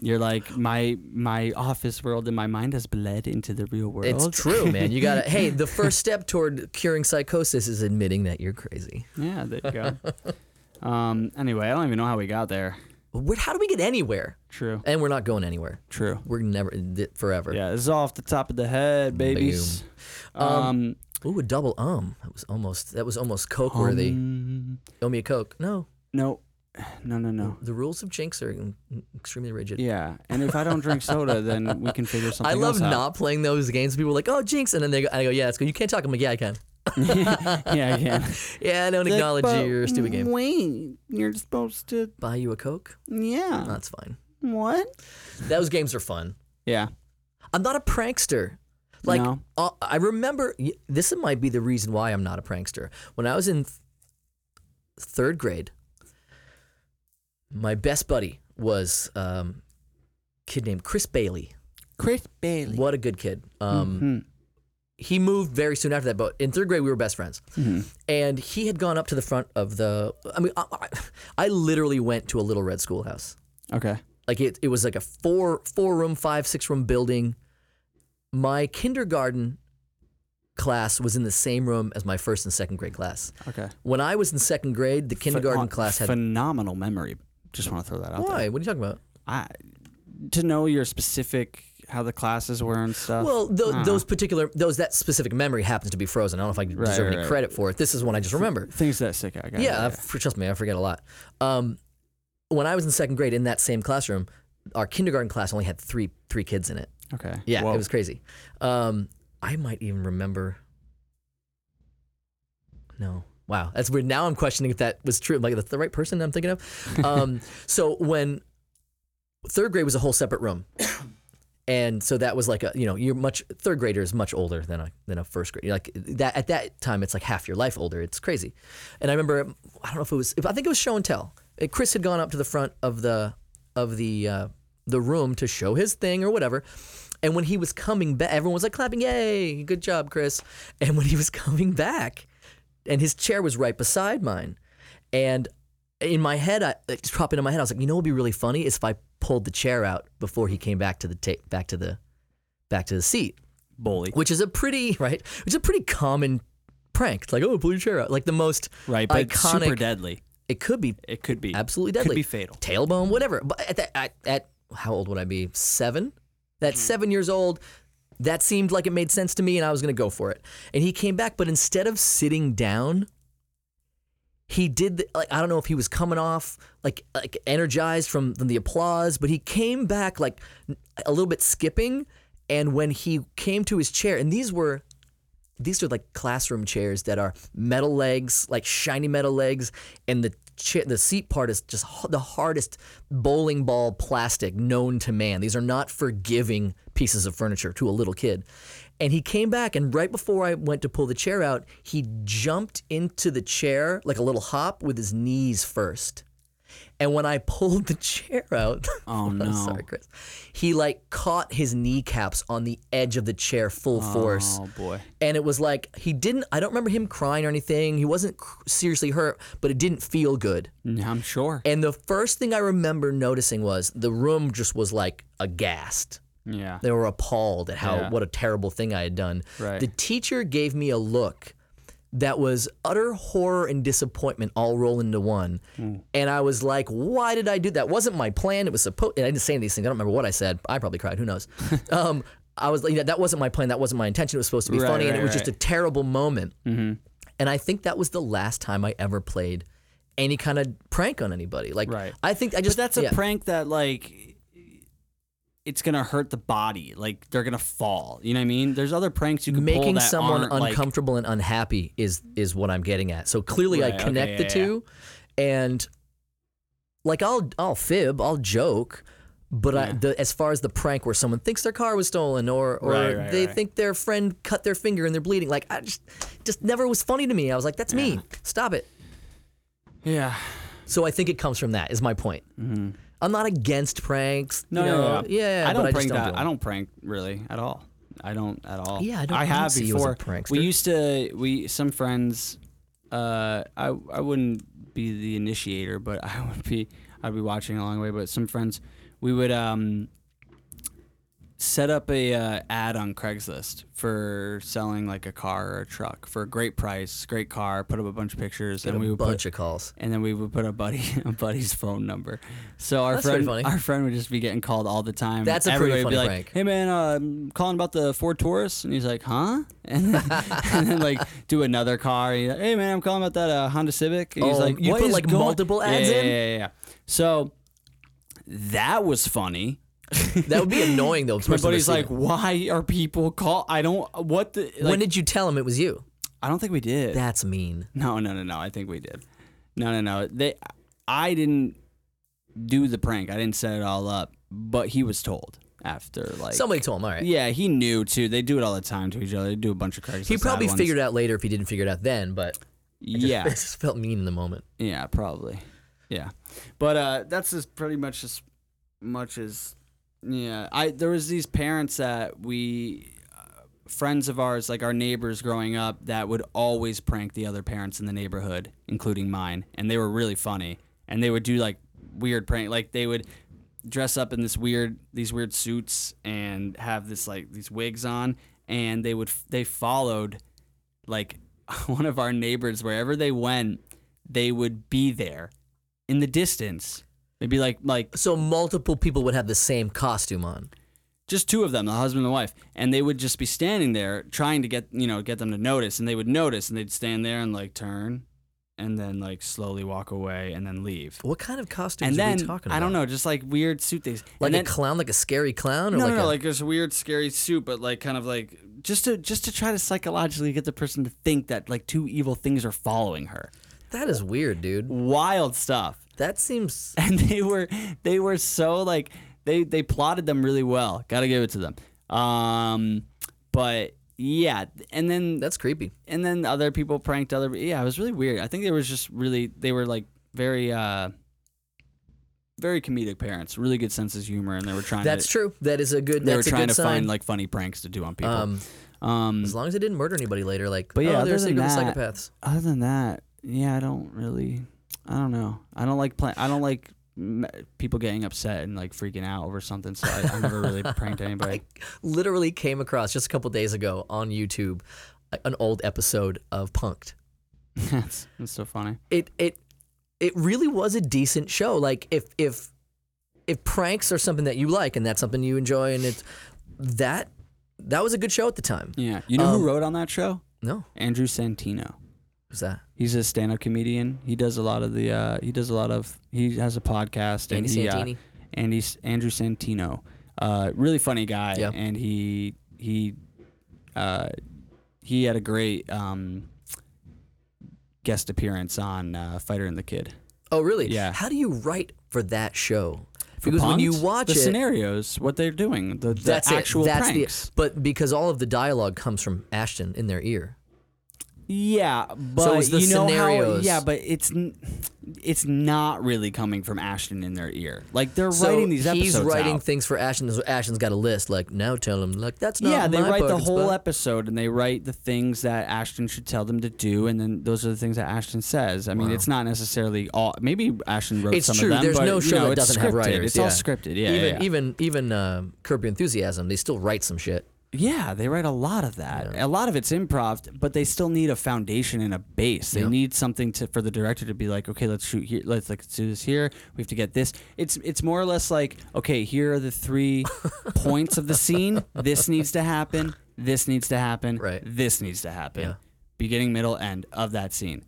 Speaker 2: You're like my my office world and my mind has bled into the real world.
Speaker 1: it's true man you gotta hey the first step toward curing psychosis is admitting that you're crazy
Speaker 2: yeah, there you go. um. Anyway, I don't even know how we got there.
Speaker 1: Where, how do we get anywhere?
Speaker 2: True.
Speaker 1: And we're not going anywhere.
Speaker 2: True.
Speaker 1: We're never th- forever.
Speaker 2: Yeah, this is all off the top of the head, babies. Um,
Speaker 1: Ooh, a double um. That was almost that was almost coke worthy.
Speaker 2: um,
Speaker 1: Owe me a coke. No,
Speaker 2: no, no, no, no.
Speaker 1: the rules of Jinx are mm, extremely rigid.
Speaker 2: Yeah, and if I don't drink soda, then we can figure something.
Speaker 1: I love
Speaker 2: else out.
Speaker 1: not playing those games. People are like, "Oh, Jinx," and then they go, "I go, yeah, it's cool. You can't talk." I'm like, "Yeah, I can.
Speaker 2: yeah, I can.
Speaker 1: Yeah, I don't acknowledge your stupid
Speaker 2: mm.
Speaker 1: game.
Speaker 2: Wait, you're supposed to.
Speaker 1: Buy you a coke?
Speaker 2: Yeah.
Speaker 1: No, that's fine.
Speaker 2: What?
Speaker 1: Those games are fun.
Speaker 2: Yeah.
Speaker 1: I'm not a prankster. Like
Speaker 2: No.
Speaker 1: uh, I remember y- this might be the reason why I'm not a prankster. When I was in th- third grade, my best buddy was um, a kid named Chris Bailey.
Speaker 2: Chris Bailey.
Speaker 1: What a good kid. Um,
Speaker 2: Mm-hmm.
Speaker 1: He moved very soon after that, but in third grade we were best friends.
Speaker 2: Hmm.
Speaker 1: And he had gone up to the front of the. I mean, I, I, I literally went to a little red schoolhouse
Speaker 2: Okay.
Speaker 1: like it, it was like a four four room five six room building my kindergarten class was in the same room as my first and second grade class
Speaker 2: Okay.
Speaker 1: when i was in second grade the kindergarten
Speaker 2: Phen-
Speaker 1: class had
Speaker 2: phenomenal memory. Just want to throw that out there.
Speaker 1: why what are you talking about
Speaker 2: I, to know your specific how the classes were and stuff.
Speaker 1: well tho-
Speaker 2: Ah.
Speaker 1: those particular those that specific memory happens to be frozen i don't know if i
Speaker 2: Right,
Speaker 1: deserve
Speaker 2: right,
Speaker 1: any
Speaker 2: right.
Speaker 1: credit for it this is one i just remembered
Speaker 2: things that stick out. got it,
Speaker 1: yeah, I f- trust me i forget a lot um, when i was in second grade in that same classroom our kindergarten class only had three three kids in it
Speaker 2: Okay.
Speaker 1: Yeah,
Speaker 2: Whoa.
Speaker 1: it was crazy. Um, I might even remember. No. Wow, that's weird. Now I'm questioning if that was true. Like, that's the right person I'm thinking of. Um, so when third grade was a whole separate room, and so that was like a you know you're much third grader is much older than a than a first grade like that at that time it's like half your life older. It's crazy, and I remember I don't know if it was if, I think it was show and tell. Uh, Chris had gone up to the front of the of the uh, the room to show his thing or whatever. And when he was coming back, everyone was like clapping, "Yay, good job, Chris!" And when he was coming back, and his chair was right beside mine, and in my head, I, it's popping in my head. I was like, you know, what would be really funny is if I pulled the chair out before he came back to the ta- back to the back to the seat,
Speaker 2: Bully.
Speaker 1: which is a pretty right, which is a pretty common prank. It's like, oh, pull your chair out, like the most
Speaker 2: Right, but it's
Speaker 1: iconic.
Speaker 2: super deadly.
Speaker 1: it could be
Speaker 2: It could be.
Speaker 1: absolutely
Speaker 2: Could
Speaker 1: deadly.
Speaker 2: be fatal.
Speaker 1: Tailbone, whatever. But at that, at, at how old would I be? Seven. That seven years old. That seemed like it made sense to me, and I was going to go for it. And he came back, but instead of sitting down, he did. The, like I don't know if he was coming off like like energized from, from the applause, but he came back like a little bit skipping. And when he came to his chair, and these were these are like classroom chairs that are metal legs, like shiny metal legs, and the cha- the seat part is just h- the hardest bowling ball plastic known to man. These are not forgiving pieces of furniture to a little kid. And he came back, and right before I went to pull the chair out, he jumped into the chair like a little hop with his knees first. And when I pulled the chair out,
Speaker 2: Oh,
Speaker 1: I'm
Speaker 2: no.
Speaker 1: sorry, Chris. He like caught his kneecaps on the edge of the chair full force
Speaker 2: Oh boy.
Speaker 1: and it was like he didn't i don't remember him crying or anything he wasn't cr- seriously hurt but it didn't feel good
Speaker 2: Mm, I'm sure.
Speaker 1: and the first thing i remember noticing was the room just was like aghast
Speaker 2: Yeah.
Speaker 1: they were appalled at how
Speaker 2: Yeah.
Speaker 1: what a terrible thing i had done
Speaker 2: Right.
Speaker 1: the teacher gave me a look that was utter horror and disappointment all rolled into one
Speaker 2: Hmm.
Speaker 1: and i was like why did i do that wasn't my plan it was supposed i didn't say any of these things i don't remember what i said i probably cried who knows um, i was like yeah, that wasn't my plan that wasn't my intention it was supposed to be
Speaker 2: Right,
Speaker 1: funny and it
Speaker 2: right,
Speaker 1: was just a
Speaker 2: right. Mm-hmm.
Speaker 1: terrible moment and i think that was the last time i ever played any kind of prank on anybody like
Speaker 2: Right.
Speaker 1: i think i
Speaker 2: But
Speaker 1: just
Speaker 2: that's a
Speaker 1: yeah.
Speaker 2: prank that like it's gonna hurt the body. Like they're gonna fall. You know what I mean? There's other pranks you can pull
Speaker 1: making
Speaker 2: that
Speaker 1: someone
Speaker 2: aren't, like-
Speaker 1: uncomfortable and unhappy is is what I'm getting at. So clearly
Speaker 2: Right,
Speaker 1: I
Speaker 2: okay,
Speaker 1: connect the
Speaker 2: yeah, yeah.
Speaker 1: two and like I'll I'll fib, I'll joke, but I,
Speaker 2: Yeah.
Speaker 1: the, as far as the prank where someone thinks their car was stolen or or
Speaker 2: Right, right,
Speaker 1: they
Speaker 2: right.
Speaker 1: think their friend cut their finger and they're bleeding, like I just just never was funny to me. I was like that's me. Stop it.
Speaker 2: yeah.
Speaker 1: So I think it comes from that is my point. I'm not against pranks.
Speaker 2: Mm-hmm. No,
Speaker 1: you know,
Speaker 2: no, no,
Speaker 1: yeah.
Speaker 2: I don't
Speaker 1: but I
Speaker 2: prank
Speaker 1: just
Speaker 2: that.
Speaker 1: do
Speaker 2: I
Speaker 1: 'em.
Speaker 2: don't prank really at all. I don't at all.
Speaker 1: Yeah, I don't- I don't
Speaker 2: have
Speaker 1: see you as a
Speaker 2: before. we
Speaker 1: prankster.
Speaker 2: used to. We some friends. Uh, I I wouldn't be the initiator, but I would be. I'd be watching a long way. But some friends, we would um. Set up a uh, ad on Craigslist for selling like a car or a truck for a great price, great car. Put up a bunch of pictures, and we
Speaker 1: a
Speaker 2: would put
Speaker 1: bunch of calls.
Speaker 2: and then we would put a buddy a buddy's phone number. So our
Speaker 1: That's pretty funny.
Speaker 2: friend our friend would just be getting called all the time.
Speaker 1: That's a pretty
Speaker 2: Everybody would be
Speaker 1: funny prank.
Speaker 2: like, Hey man, uh, I'm calling about the Ford Taurus, and he's like, huh? And then, and then like do another car. And he's like, hey man, I'm calling about that uh, Honda Civic. And he's
Speaker 1: Oh,
Speaker 2: like,
Speaker 1: you
Speaker 2: "What
Speaker 1: put,
Speaker 2: is
Speaker 1: like,
Speaker 2: going-"
Speaker 1: multiple
Speaker 2: Yeah,
Speaker 1: ads
Speaker 2: yeah,
Speaker 1: in?
Speaker 2: Yeah, yeah, yeah. So that was funny.
Speaker 1: That would be annoying though.
Speaker 2: My
Speaker 1: person
Speaker 2: buddy's
Speaker 1: receiving.
Speaker 2: like, why are people call? I don't. What the? Like,
Speaker 1: when did you tell him it was you?
Speaker 2: I don't think we did.
Speaker 1: That's mean.
Speaker 2: No, no, no, no. I think we did. No, no, no. They, I didn't do the prank. I didn't set it all up, but he was told after like.
Speaker 1: Somebody told him. All right.
Speaker 2: yeah, he knew too. They do it all the time to each other. They do a bunch of Craigslist.
Speaker 1: he probably
Speaker 2: ad ones.
Speaker 1: figured it out later if he didn't figure it out then, but it just,
Speaker 2: Yeah,
Speaker 1: it just felt mean in the moment.
Speaker 2: yeah, probably. Yeah, but uh, that's as pretty much as much as yeah. I there was these parents that we. uh, Friends of ours, like our neighbors growing up, that would always prank the other parents in the neighborhood, including mine, and they were really funny. And they would do like weird prank, like they would dress up in this weird, these weird suits and have this like these wigs on, and they would they followed like one of our neighbors wherever they went, they would be there in the distance. Maybe like like
Speaker 1: So multiple people would have the same costume on.
Speaker 2: just two of them, the husband and the wife, and they would just be standing there trying to get you know get them to notice, and they would notice, and they'd stand there and like turn, and then like slowly walk away and then leave.
Speaker 1: What kind of costumes
Speaker 2: And
Speaker 1: are
Speaker 2: then
Speaker 1: we talking about?
Speaker 2: I don't know, just like weird suit things.
Speaker 1: Like
Speaker 2: and then,
Speaker 1: a clown, like a scary clown, or
Speaker 2: no,
Speaker 1: like,
Speaker 2: no, no,
Speaker 1: a,
Speaker 2: like this weird, scary suit, but like kind of like just to just to try to psychologically get the person to think that like two evil things are following her.
Speaker 1: that is weird, dude.
Speaker 2: Wild stuff.
Speaker 1: That seems
Speaker 2: and they were they were so like they they plotted them really well. Got to give it to them. Um, but yeah, and then
Speaker 1: that's creepy.
Speaker 2: and then other people pranked other. Yeah, it was really weird. I think they was just really they were like very uh very comedic parents, really good sense of humor, and they were trying.
Speaker 1: That's
Speaker 2: to,
Speaker 1: true. That is a good.
Speaker 2: They were
Speaker 1: that's a
Speaker 2: trying
Speaker 1: good
Speaker 2: to
Speaker 1: sign.
Speaker 2: find like funny pranks to do on people.
Speaker 1: um,
Speaker 2: um
Speaker 1: as long as they didn't murder anybody later, like,
Speaker 2: But yeah,
Speaker 1: oh,
Speaker 2: other
Speaker 1: they're
Speaker 2: than
Speaker 1: secret
Speaker 2: that-
Speaker 1: psychopaths.
Speaker 2: other than that, yeah, I don't really. I don't know. I don't like pla- I don't like m- people getting upset and like freaking out over something. So I, I never really pranked anybody.
Speaker 1: Literally came across just a couple days ago on YouTube a- an old episode of Punked.
Speaker 2: that's, that's so funny.
Speaker 1: It it it really was a decent show. Like if if if pranks are something that you like and that's something you enjoy and it's that that was a good show at the time.
Speaker 2: Yeah. You know
Speaker 1: Um,
Speaker 2: who wrote on that show?
Speaker 1: No,
Speaker 2: Andrew Santino.
Speaker 1: who's that?
Speaker 2: He's a stand-up comedian. He does a lot of the. Uh, he does a lot of. He has a podcast.
Speaker 1: Andy
Speaker 2: and he,
Speaker 1: Santini?
Speaker 2: Uh, Andy S- Andrew Santino, uh, really funny guy.
Speaker 1: Yeah.
Speaker 2: And he he uh, he had a great um, guest appearance on uh, Fighter and the Kid.
Speaker 1: Oh, really?
Speaker 2: Yeah.
Speaker 1: How do you write for that show?
Speaker 2: For
Speaker 1: because when you
Speaker 2: puns,
Speaker 1: watch
Speaker 2: the
Speaker 1: it,
Speaker 2: scenarios, what they're doing, the, the
Speaker 1: that's
Speaker 2: actual
Speaker 1: it. That's
Speaker 2: pranks.
Speaker 1: the but because all of the dialogue comes from Ashton in their ear.
Speaker 2: Yeah, but
Speaker 1: it's the
Speaker 2: you know
Speaker 1: scenarios.
Speaker 2: how. Yeah, but it's n- it's not really coming from Ashton in their ear. Like they're
Speaker 1: So
Speaker 2: writing these episodes.
Speaker 1: he's writing
Speaker 2: out.
Speaker 1: things for Ashton. so Ashton's got a list. Like now, tell him like that's not.
Speaker 2: yeah, they
Speaker 1: my
Speaker 2: write the
Speaker 1: bucket,
Speaker 2: whole
Speaker 1: but-
Speaker 2: episode and they write the things that Ashton should tell them to do, and then those are the things that Ashton says. I mean, it's not necessarily all. Maybe Ashton wrote
Speaker 1: It's
Speaker 2: some
Speaker 1: true.
Speaker 2: of them.
Speaker 1: There's
Speaker 2: but,
Speaker 1: no
Speaker 2: you
Speaker 1: show
Speaker 2: know,
Speaker 1: that
Speaker 2: it's
Speaker 1: doesn't
Speaker 2: scripted.
Speaker 1: have writers.
Speaker 2: It's
Speaker 1: yeah.
Speaker 2: all scripted. Yeah,
Speaker 1: even
Speaker 2: yeah, yeah.
Speaker 1: even even um, Curb Your Enthusiasm, they still write some shit.
Speaker 2: Yeah, they write a lot of that. A lot of it's improv, but they still need a foundation and a base. They
Speaker 1: Yeah.
Speaker 2: need something to for the director to be like, okay, let's shoot here, let's let's do this here. We have to get this. It's it's more or less like, okay, here are the three points of the scene. This needs to happen. This needs to happen.
Speaker 1: Right.
Speaker 2: This needs to happen.
Speaker 1: Yeah.
Speaker 2: Beginning, middle, end of that scene.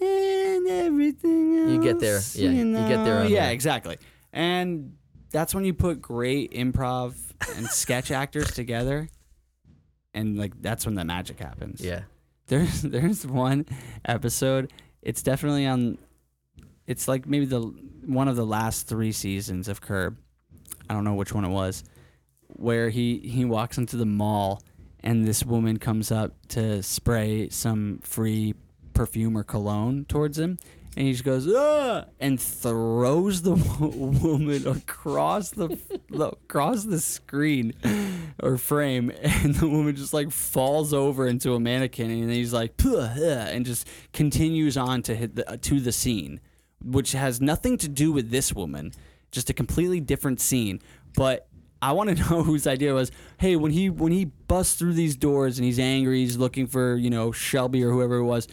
Speaker 2: And everything else.
Speaker 1: You get there. Yeah,
Speaker 2: you,
Speaker 1: you get there
Speaker 2: know.
Speaker 1: on
Speaker 2: Yeah,
Speaker 1: the-
Speaker 2: exactly. And that's when you put great improv and sketch actors together, and like that's when the magic happens.
Speaker 1: Yeah,
Speaker 2: There's there's one episode. It's definitely on. It's like maybe the one of the last three seasons of Curb. I don't know which one it was, where he he walks into the mall and this woman comes up to spray some free perfume or cologne towards him. And he just goes, ah, and throws the wo- woman across the, the across the screen or frame, and the woman just like falls over into a mannequin, and he's like, "Puh," and just continues on to hit the, to the scene, which has nothing to do with this woman, just a completely different scene. But I want to know whose idea it was. Hey, when he when he busts through these doors and he's angry, he's looking for you know Shelby or whoever it was.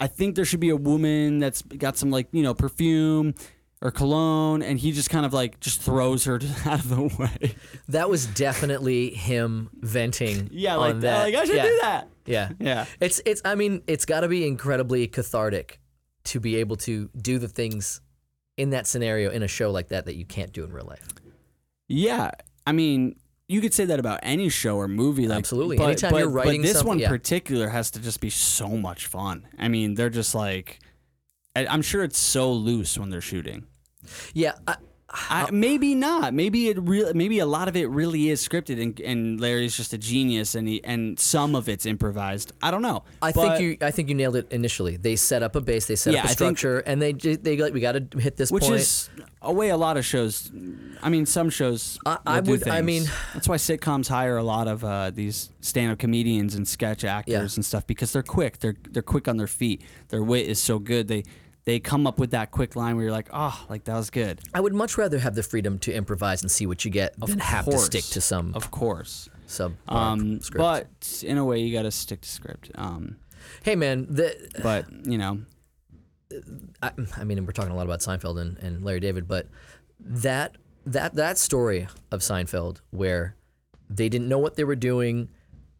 Speaker 2: I think there should be a woman that's got some like you know perfume or cologne, and he just kind of like just throws her out of the way.
Speaker 1: that was definitely him venting.
Speaker 2: Yeah,
Speaker 1: on
Speaker 2: like
Speaker 1: that.
Speaker 2: Like I should
Speaker 1: yeah.
Speaker 2: do that.
Speaker 1: Yeah,
Speaker 2: Yeah.
Speaker 1: It's it's. I mean, it's got to be incredibly cathartic to be able to do the things in that scenario in a show like that that you can't do in real life.
Speaker 2: Yeah. I mean, you could say that about any show or movie. Like,
Speaker 1: Absolutely.
Speaker 2: But,
Speaker 1: Anytime
Speaker 2: but-
Speaker 1: you're
Speaker 2: but
Speaker 1: writing
Speaker 2: this
Speaker 1: something-
Speaker 2: one
Speaker 1: yeah.
Speaker 2: particular has to just be so much fun. I mean, they're just like, I, I'm sure it's so loose when they're shooting.
Speaker 1: Yeah, I,
Speaker 2: I, maybe not. Maybe it real. Maybe a lot of it really is scripted, and, and Larry's just a genius, and he, and some of it's improvised. I don't know.
Speaker 1: I
Speaker 2: But-
Speaker 1: think you I think you nailed it initially. They set up a base, they set
Speaker 2: Yeah,
Speaker 1: up a
Speaker 2: I think-
Speaker 1: structure, and they ju- they like we got to hit this
Speaker 2: which
Speaker 1: point.
Speaker 2: is a way a lot of shows. I mean, some shows.
Speaker 1: I- I
Speaker 2: will do
Speaker 1: would- I
Speaker 2: things.
Speaker 1: mean-
Speaker 2: that's why sitcoms hire a lot of uh, these stand-up comedians and sketch actors
Speaker 1: Yeah.
Speaker 2: and stuff because they're quick. They're they're quick on their feet. Their wit is so good. They they come up with that quick line where you're like, oh, like that was good.
Speaker 1: I would much rather have the freedom to improvise and see what you get than have to
Speaker 2: course.
Speaker 1: stick to some
Speaker 2: Of course.
Speaker 1: sub uh,
Speaker 2: Um,
Speaker 1: script.
Speaker 2: but in a way, you got to stick to script. Um,
Speaker 1: hey man, the,
Speaker 2: but you know,
Speaker 1: I, I mean we're talking a lot about Seinfeld and, and Larry David, but that that that story of Seinfeld where they didn't know what they were doing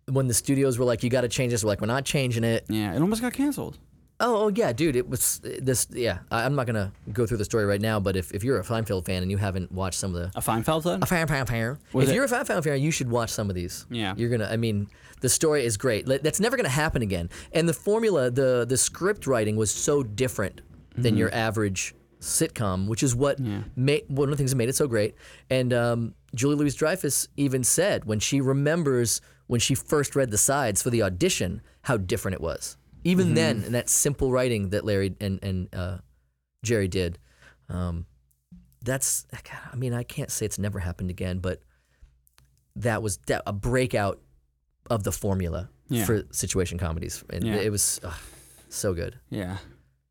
Speaker 1: when the studios were like you got to change this, we're like we're not changing it.
Speaker 2: yeah, it almost got canceled.
Speaker 1: Oh, oh yeah, dude. It was this. Yeah, I, I'm not gonna go through the story right now. But if, if you're a Seinfeld fan and you haven't watched some of the
Speaker 2: A Feinfeld thing.
Speaker 1: a fan fan fan,
Speaker 2: Was
Speaker 1: if
Speaker 2: it-
Speaker 1: you're a fan fan fan, you should watch some of these.
Speaker 2: Yeah.
Speaker 1: you're gonna. I mean, the story is great. Like, That's never gonna happen again. And the formula, the the script writing was so different than
Speaker 2: Mm-hmm.
Speaker 1: your average sitcom, which is what made one of the things that made it so great. And um, Julie Louis Dreyfus even said when she remembers when she first read the sides for the audition how different it was. Even
Speaker 2: Mm-hmm.
Speaker 1: then, and that simple writing that Larry and and uh, Jerry did. Um, that's God, I mean I can't say it's never happened again, but that was de- a breakout of the formula
Speaker 2: Yeah.
Speaker 1: for situation comedies, and
Speaker 2: Yeah.
Speaker 1: it was ugh, so good.
Speaker 2: Yeah.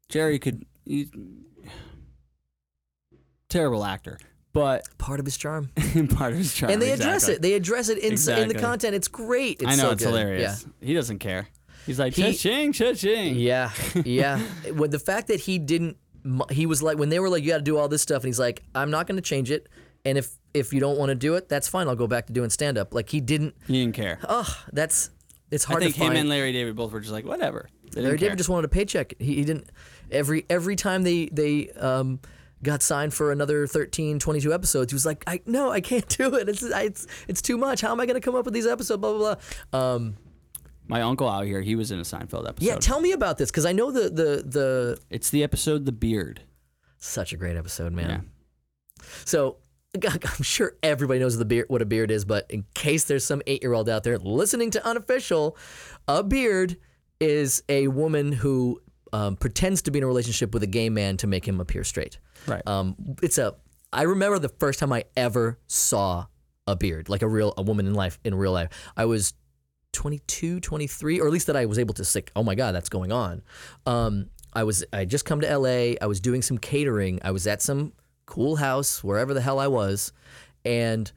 Speaker 2: Jerry could he's terrible actor, but
Speaker 1: Part of his charm.
Speaker 2: part of his charm.
Speaker 1: and they address
Speaker 2: exactly.
Speaker 1: it. They address it in, s- in
Speaker 2: Exactly.
Speaker 1: the content. It's great. It's
Speaker 2: I know
Speaker 1: so
Speaker 2: it's
Speaker 1: good.
Speaker 2: hilarious. He doesn't care. He's like
Speaker 1: He-
Speaker 2: cha-ching, cha-ching.
Speaker 1: Yeah, yeah. yeah. With the fact that he didn't, mu- he was like when they were like, "You got to do all this stuff," and he's like, "I'm not going to change it." And if if you don't want to do it, that's fine. I'll go back to doing stand up. Like he didn't.
Speaker 2: He didn't care.
Speaker 1: Ugh, that's it's
Speaker 2: I
Speaker 1: hard
Speaker 2: think
Speaker 1: to find.
Speaker 2: him and Larry David both were just like whatever. They didn't
Speaker 1: Larry
Speaker 2: care.
Speaker 1: David just wanted a paycheck. He, he didn't. Every every time they they um, got signed for another 13, 22 episodes, he was like, "I no, I can't do it. It's I- it's it's too much. How am I going to come up with these episodes?" Blah blah blah. Um,
Speaker 2: My uncle out here, he was in a Seinfeld episode.
Speaker 1: yeah, tell me about this because I know the the the
Speaker 2: it's the episode The Beard.
Speaker 1: such a great episode, man. So. I'm sure everybody knows the beard, what a beard is, but in case there's some eight year old out there listening to unofficial, a beard is a woman who um, pretends to be in a relationship with a gay man to make him appear straight.
Speaker 2: Right.
Speaker 1: Um, it's a. I remember the first time I ever saw a beard, like a real a woman in life in real life. I was 22, 23, or at least that I was able to sick. Oh my god, that's going on. Um, I was I had just come to L.A. I was doing some catering. I was at some cool house wherever the hell I was, and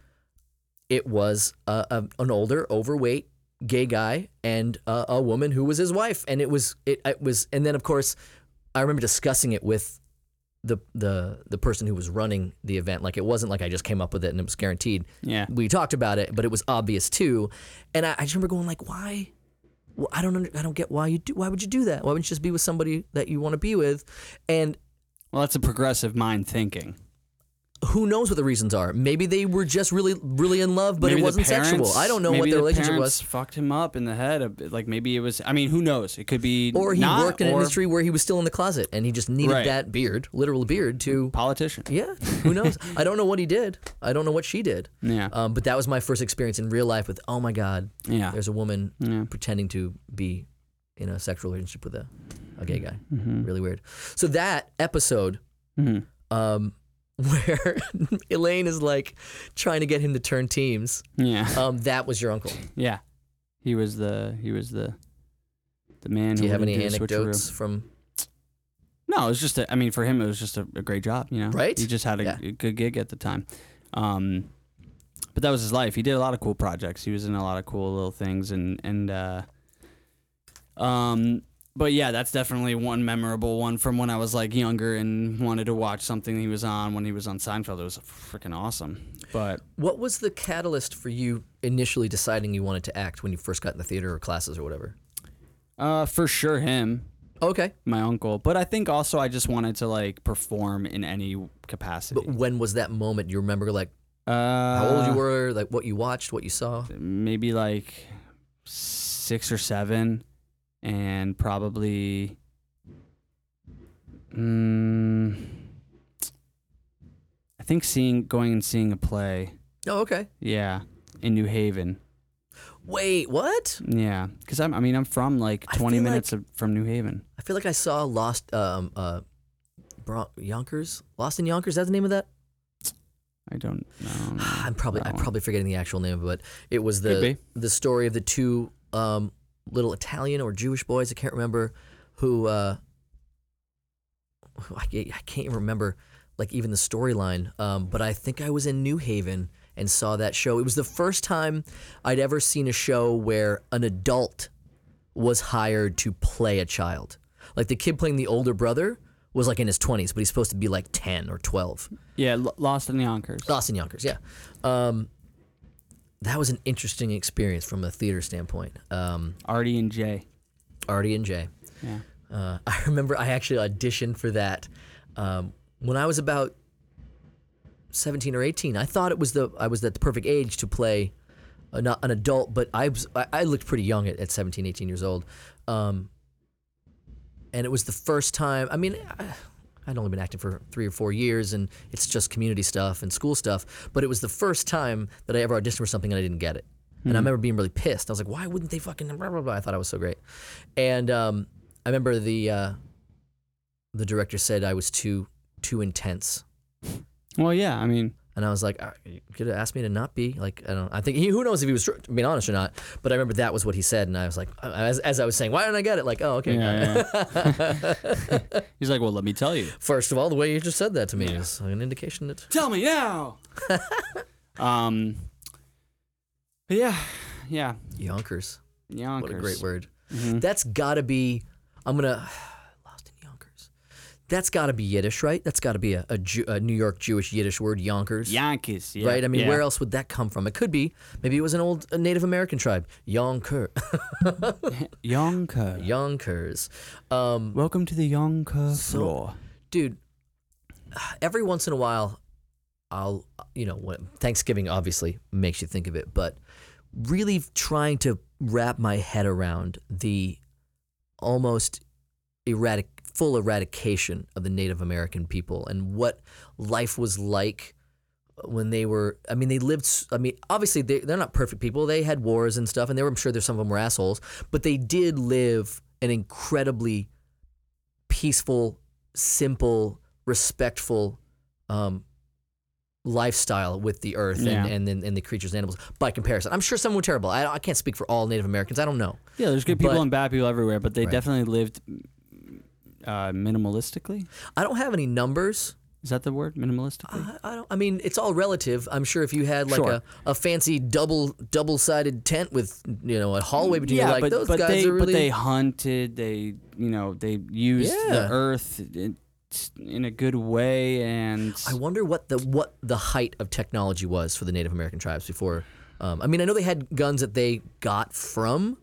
Speaker 1: it was a, a, an older, overweight gay guy and uh, a woman who was his wife, and it was it, it was, and then of course, I remember discussing it with the the the person who was running the event. Like it wasn't like I just came up with it and it was guaranteed.
Speaker 2: Yeah.
Speaker 1: we talked about it, but it was obvious too, and I, I just remember going like, why? Well, I don't under, I don't get why you do why would you do that? Why wouldn't you just be with somebody that you want to be with? And
Speaker 2: Well, that's a progressive mind thinking.
Speaker 1: who knows what the reasons are? Maybe they were just really, really in love, but
Speaker 2: Maybe
Speaker 1: it
Speaker 2: the
Speaker 1: wasn't sexual.
Speaker 2: parents-
Speaker 1: I don't know
Speaker 2: maybe
Speaker 1: what
Speaker 2: the
Speaker 1: their relationship
Speaker 2: parents
Speaker 1: was.
Speaker 2: Fucked him up in the head. a bit. Like maybe it was. I mean, who knows? It could be.
Speaker 1: Or he
Speaker 2: not,
Speaker 1: worked in an
Speaker 2: or
Speaker 1: industry where he was still in the closet and he just needed
Speaker 2: Right.
Speaker 1: that beard, literal beard, to.
Speaker 2: Politician.
Speaker 1: Yeah, who knows? I don't know what he did. I don't know what she did.
Speaker 2: Yeah.
Speaker 1: Um, but that was my first experience in real life with, oh my God,
Speaker 2: Yeah.
Speaker 1: there's a woman
Speaker 2: Yeah.
Speaker 1: pretending to be in a sexual relationship with a, a gay guy.
Speaker 2: Mm-hmm.
Speaker 1: Really weird. So that episode
Speaker 2: Mhm.
Speaker 1: um, where Elaine is like trying to get him to turn teams,
Speaker 2: Yeah.
Speaker 1: um, that was your uncle.
Speaker 2: Yeah. He was the. He was the. The man.
Speaker 1: Do
Speaker 2: who
Speaker 1: you have
Speaker 2: would
Speaker 1: any
Speaker 2: do the switcheroo.
Speaker 1: anecdotes from?
Speaker 2: No, it was just. A, I mean, for him, it was just a, a great job. You know,
Speaker 1: Right?
Speaker 2: He just had a,
Speaker 1: Yeah.
Speaker 2: a good gig at the time, um, but that was his life. He did a lot of cool projects. He was in a lot of cool little things, and and uh, um, but yeah, that's definitely one memorable one from when I was like younger and wanted to watch something he was on when he was on Seinfeld. It was freaking awesome. But
Speaker 1: What was the catalyst for you initially deciding you wanted to act when you first got in the theater or classes or whatever?
Speaker 2: uh, for sure, him.
Speaker 1: Okay,
Speaker 2: My uncle, but I think also I just wanted to like perform in any capacity.
Speaker 1: but when was that moment? Do you remember like
Speaker 2: uh,
Speaker 1: how old you were, like what you watched, what you saw?
Speaker 2: maybe like six or seven, and probably. Mm, I think seeing going and seeing a play,
Speaker 1: Oh, okay.
Speaker 2: yeah, in New Haven,
Speaker 1: Wait, what?
Speaker 2: yeah, because I'm I mean I'm from like
Speaker 1: I
Speaker 2: 20
Speaker 1: feel
Speaker 2: minutes of, from New Haven.
Speaker 1: I feel like I saw Lost, um, uh, Bron- Yonkers, Lost in Yonkers. Is that the name of that?
Speaker 2: I don't know.
Speaker 1: I'm probably
Speaker 2: that
Speaker 1: I'm
Speaker 2: one.
Speaker 1: probably forgetting the actual name, but it was
Speaker 2: Mm, Could
Speaker 1: the
Speaker 2: be.
Speaker 1: the story of the two um, little Italian or Jewish boys I can't remember who uh, who- I, can't- I can't even remember like even the storyline. Um, but I think I was in New Haven and saw that show. It was the first time I'd ever seen a show where an adult was hired to play a child. Like the kid playing the older brother was like in his 20s, but he's supposed to be like 10 or 12.
Speaker 2: Yeah, L- Lost in the Yonkers.
Speaker 1: Lost in Yonkers, yeah. Um, that was an interesting experience from a theater standpoint. Um,
Speaker 2: Artie E and Jay.
Speaker 1: Artie and Jay.
Speaker 2: Yeah.
Speaker 1: Uh, I remember I actually auditioned for that um, when I was about 17 or 18. I thought it was the I was at the perfect age to play a, not an adult, but I was I, I looked pretty young at, at 17, 18 years old. Um, and it was the first time. I mean, I, I'd only been acting for three or four years, and it's just community stuff and school stuff. But it was the first time that I ever auditioned for something and I didn't get it. And I remember being really pissed. I was like, "Why wouldn't they fucking?" Blah, blah, blah. I thought I was so great, and um, I remember the uh, the director said I was too too intense,
Speaker 2: Well, yeah, I mean,
Speaker 1: and And I was like, "Ah, you could have asked me to not be like I don't. I think he, who knows if he was tr- being honest or not. But I remember that was what he said, and I was like, uh, as, as I was saying, why didn't I get it? Like, oh, okay. got it."
Speaker 2: Yeah, yeah. He's like, well, let me tell you.
Speaker 1: First of all, the way you just said that to me is an indication that
Speaker 2: Tell me now. um. but Yeah, yeah.
Speaker 1: Yonkers.
Speaker 2: Yonkers. Mm-hmm.
Speaker 1: What a great word. That's gotta be. I'm gonna lost in Yonkers. That's gotta be Yiddish, right? That's gotta be a, a, Ju- a New York Jewish Yiddish word, Yonkers.
Speaker 2: Yonkers. Yeah.
Speaker 1: Right. I mean,
Speaker 2: yeah.
Speaker 1: where else would that come from? It could be maybe it was an old uh, Native American tribe, Yonker,
Speaker 2: Yonker.
Speaker 1: Yonkers. Um,
Speaker 2: Welcome to the Yonker floor.
Speaker 1: dude, every once in a while, I'll you know when Thanksgiving obviously makes you think of it, but really trying to wrap my head around the almost erratic full eradication of the Native American people and what life was like when they were I mean they lived s- I mean obviously they, they're not perfect people they had wars and stuff and they were I'm sure there's some of them were assholes but they did live an incredibly peaceful simple respectful um, lifestyle with the earth
Speaker 2: Yeah.
Speaker 1: and, and, and and the creatures and animals by comparison I'm sure some were terrible I, I can't speak for all Native Americans I don't know
Speaker 2: Yeah, there's good people
Speaker 1: But-
Speaker 2: and bad people everywhere, but they
Speaker 1: Right.
Speaker 2: definitely lived mm, uh, minimalistically.
Speaker 1: I don't have any numbers
Speaker 2: Is that the word? Minimalistically.
Speaker 1: I, I don't. I mean, it's all relative. I'm sure if you had like
Speaker 2: Sure.
Speaker 1: a, a fancy double double sided tent with you know a hallway between, you,
Speaker 2: yeah,
Speaker 1: like
Speaker 2: but,
Speaker 1: those
Speaker 2: but
Speaker 1: guys
Speaker 2: they
Speaker 1: are really.
Speaker 2: but they hunted. They you know they used
Speaker 1: Yeah.
Speaker 2: the earth in, in a good way, and
Speaker 1: I wonder what the what the height of technology was for the Native American tribes before. Um, I mean, I know they had guns that they got from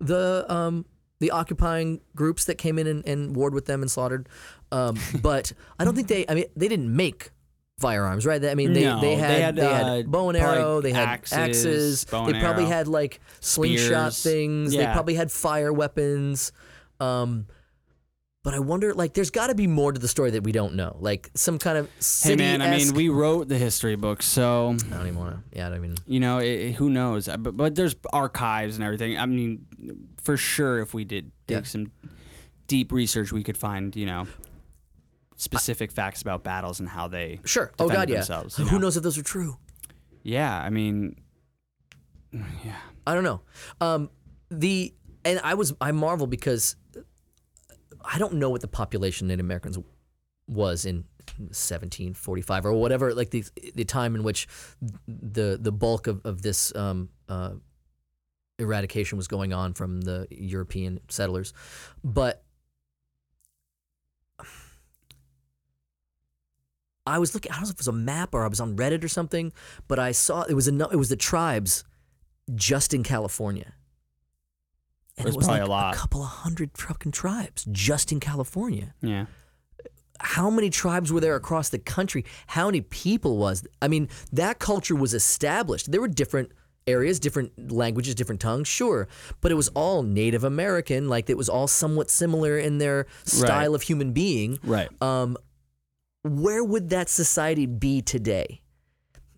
Speaker 1: the um, the occupying groups that came in and, and warred with them and slaughtered, um, but I don't think they. I mean, they didn't make firearms, right? I mean, they
Speaker 2: No,
Speaker 1: they
Speaker 2: they
Speaker 1: had they had,
Speaker 2: had, uh,
Speaker 1: bow and
Speaker 2: probably
Speaker 1: arrow, they had
Speaker 2: axes,
Speaker 1: axes,
Speaker 2: bow
Speaker 1: they
Speaker 2: and
Speaker 1: probably
Speaker 2: arrow.
Speaker 1: had like slingshot
Speaker 2: Spears.
Speaker 1: things. They
Speaker 2: Yeah.
Speaker 1: probably had fire weapons. Um, but I wonder, like, there's got to be more to the story that we don't know, like some kind of
Speaker 2: hey
Speaker 1: city.
Speaker 2: man, I mean we wrote the history book, so
Speaker 1: I don't even want to. Yeah, I don't even.
Speaker 2: you know it, it- who knows? Uh, But, but there's archives and everything. I mean, for sure, if we did dig
Speaker 1: Yeah.
Speaker 2: some deep research, we could find you know specific facts about battles and how they
Speaker 1: Sure. Oh
Speaker 2: defended
Speaker 1: God, yeah.
Speaker 2: themselves, you
Speaker 1: Who
Speaker 2: know?
Speaker 1: knows if those are true?
Speaker 2: Yeah, I mean,
Speaker 1: I don't know. Um, the and I was I marvel because I don't know what the population of Native Americans was in 1745 or whatever, like the the time in which the the bulk of of this um, uh, eradication was going on from the European settlers, but. I was looking. I don't know if it was a map or I was on Reddit or something, but I saw it was a, nu- it was the tribes just in California. And
Speaker 2: There's
Speaker 1: it was
Speaker 2: probably
Speaker 1: like
Speaker 2: a lot.
Speaker 1: couple of hundred fucking tribes just in California.
Speaker 2: yeah.
Speaker 1: How many tribes were there across the country? How many people was? I mean, that culture was established. There were different areas, different languages, different tongues, sure, but it was all Native American. Like it was all somewhat similar in their style of human being.
Speaker 2: Right.
Speaker 1: Um, where would that society be today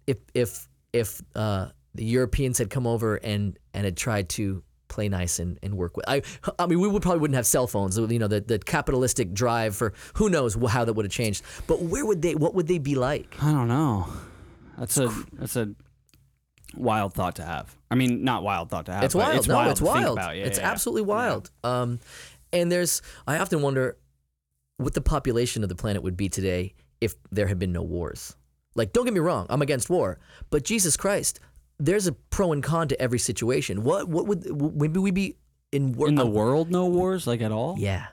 Speaker 1: if if if uh, the Europeans had come over and and had tried to play nice and, and work with I I mean we would probably wouldn't have cell phones you know the, the capitalistic drive for who knows wh- how that would have changed but where would they what would they be like
Speaker 2: I don't know. That's a that's a wild thought to have. I mean, not wild thought to have.
Speaker 1: it's
Speaker 2: Uh, but
Speaker 1: wild
Speaker 2: It's
Speaker 1: no
Speaker 2: wild.
Speaker 1: it's
Speaker 2: to think
Speaker 1: wild
Speaker 2: about. Yeah,
Speaker 1: it's
Speaker 2: yeah, yeah.
Speaker 1: absolutely wild um and there's I often wonder what the population of the planet would be today if there had been no wars. Like, don't get me wrong, I'm against war, but Jesus Christ, there's a pro and con to every situation. What what would w- maybe we be in war?
Speaker 2: In the
Speaker 1: I'm-
Speaker 2: world, no wars like at all,
Speaker 1: yeah,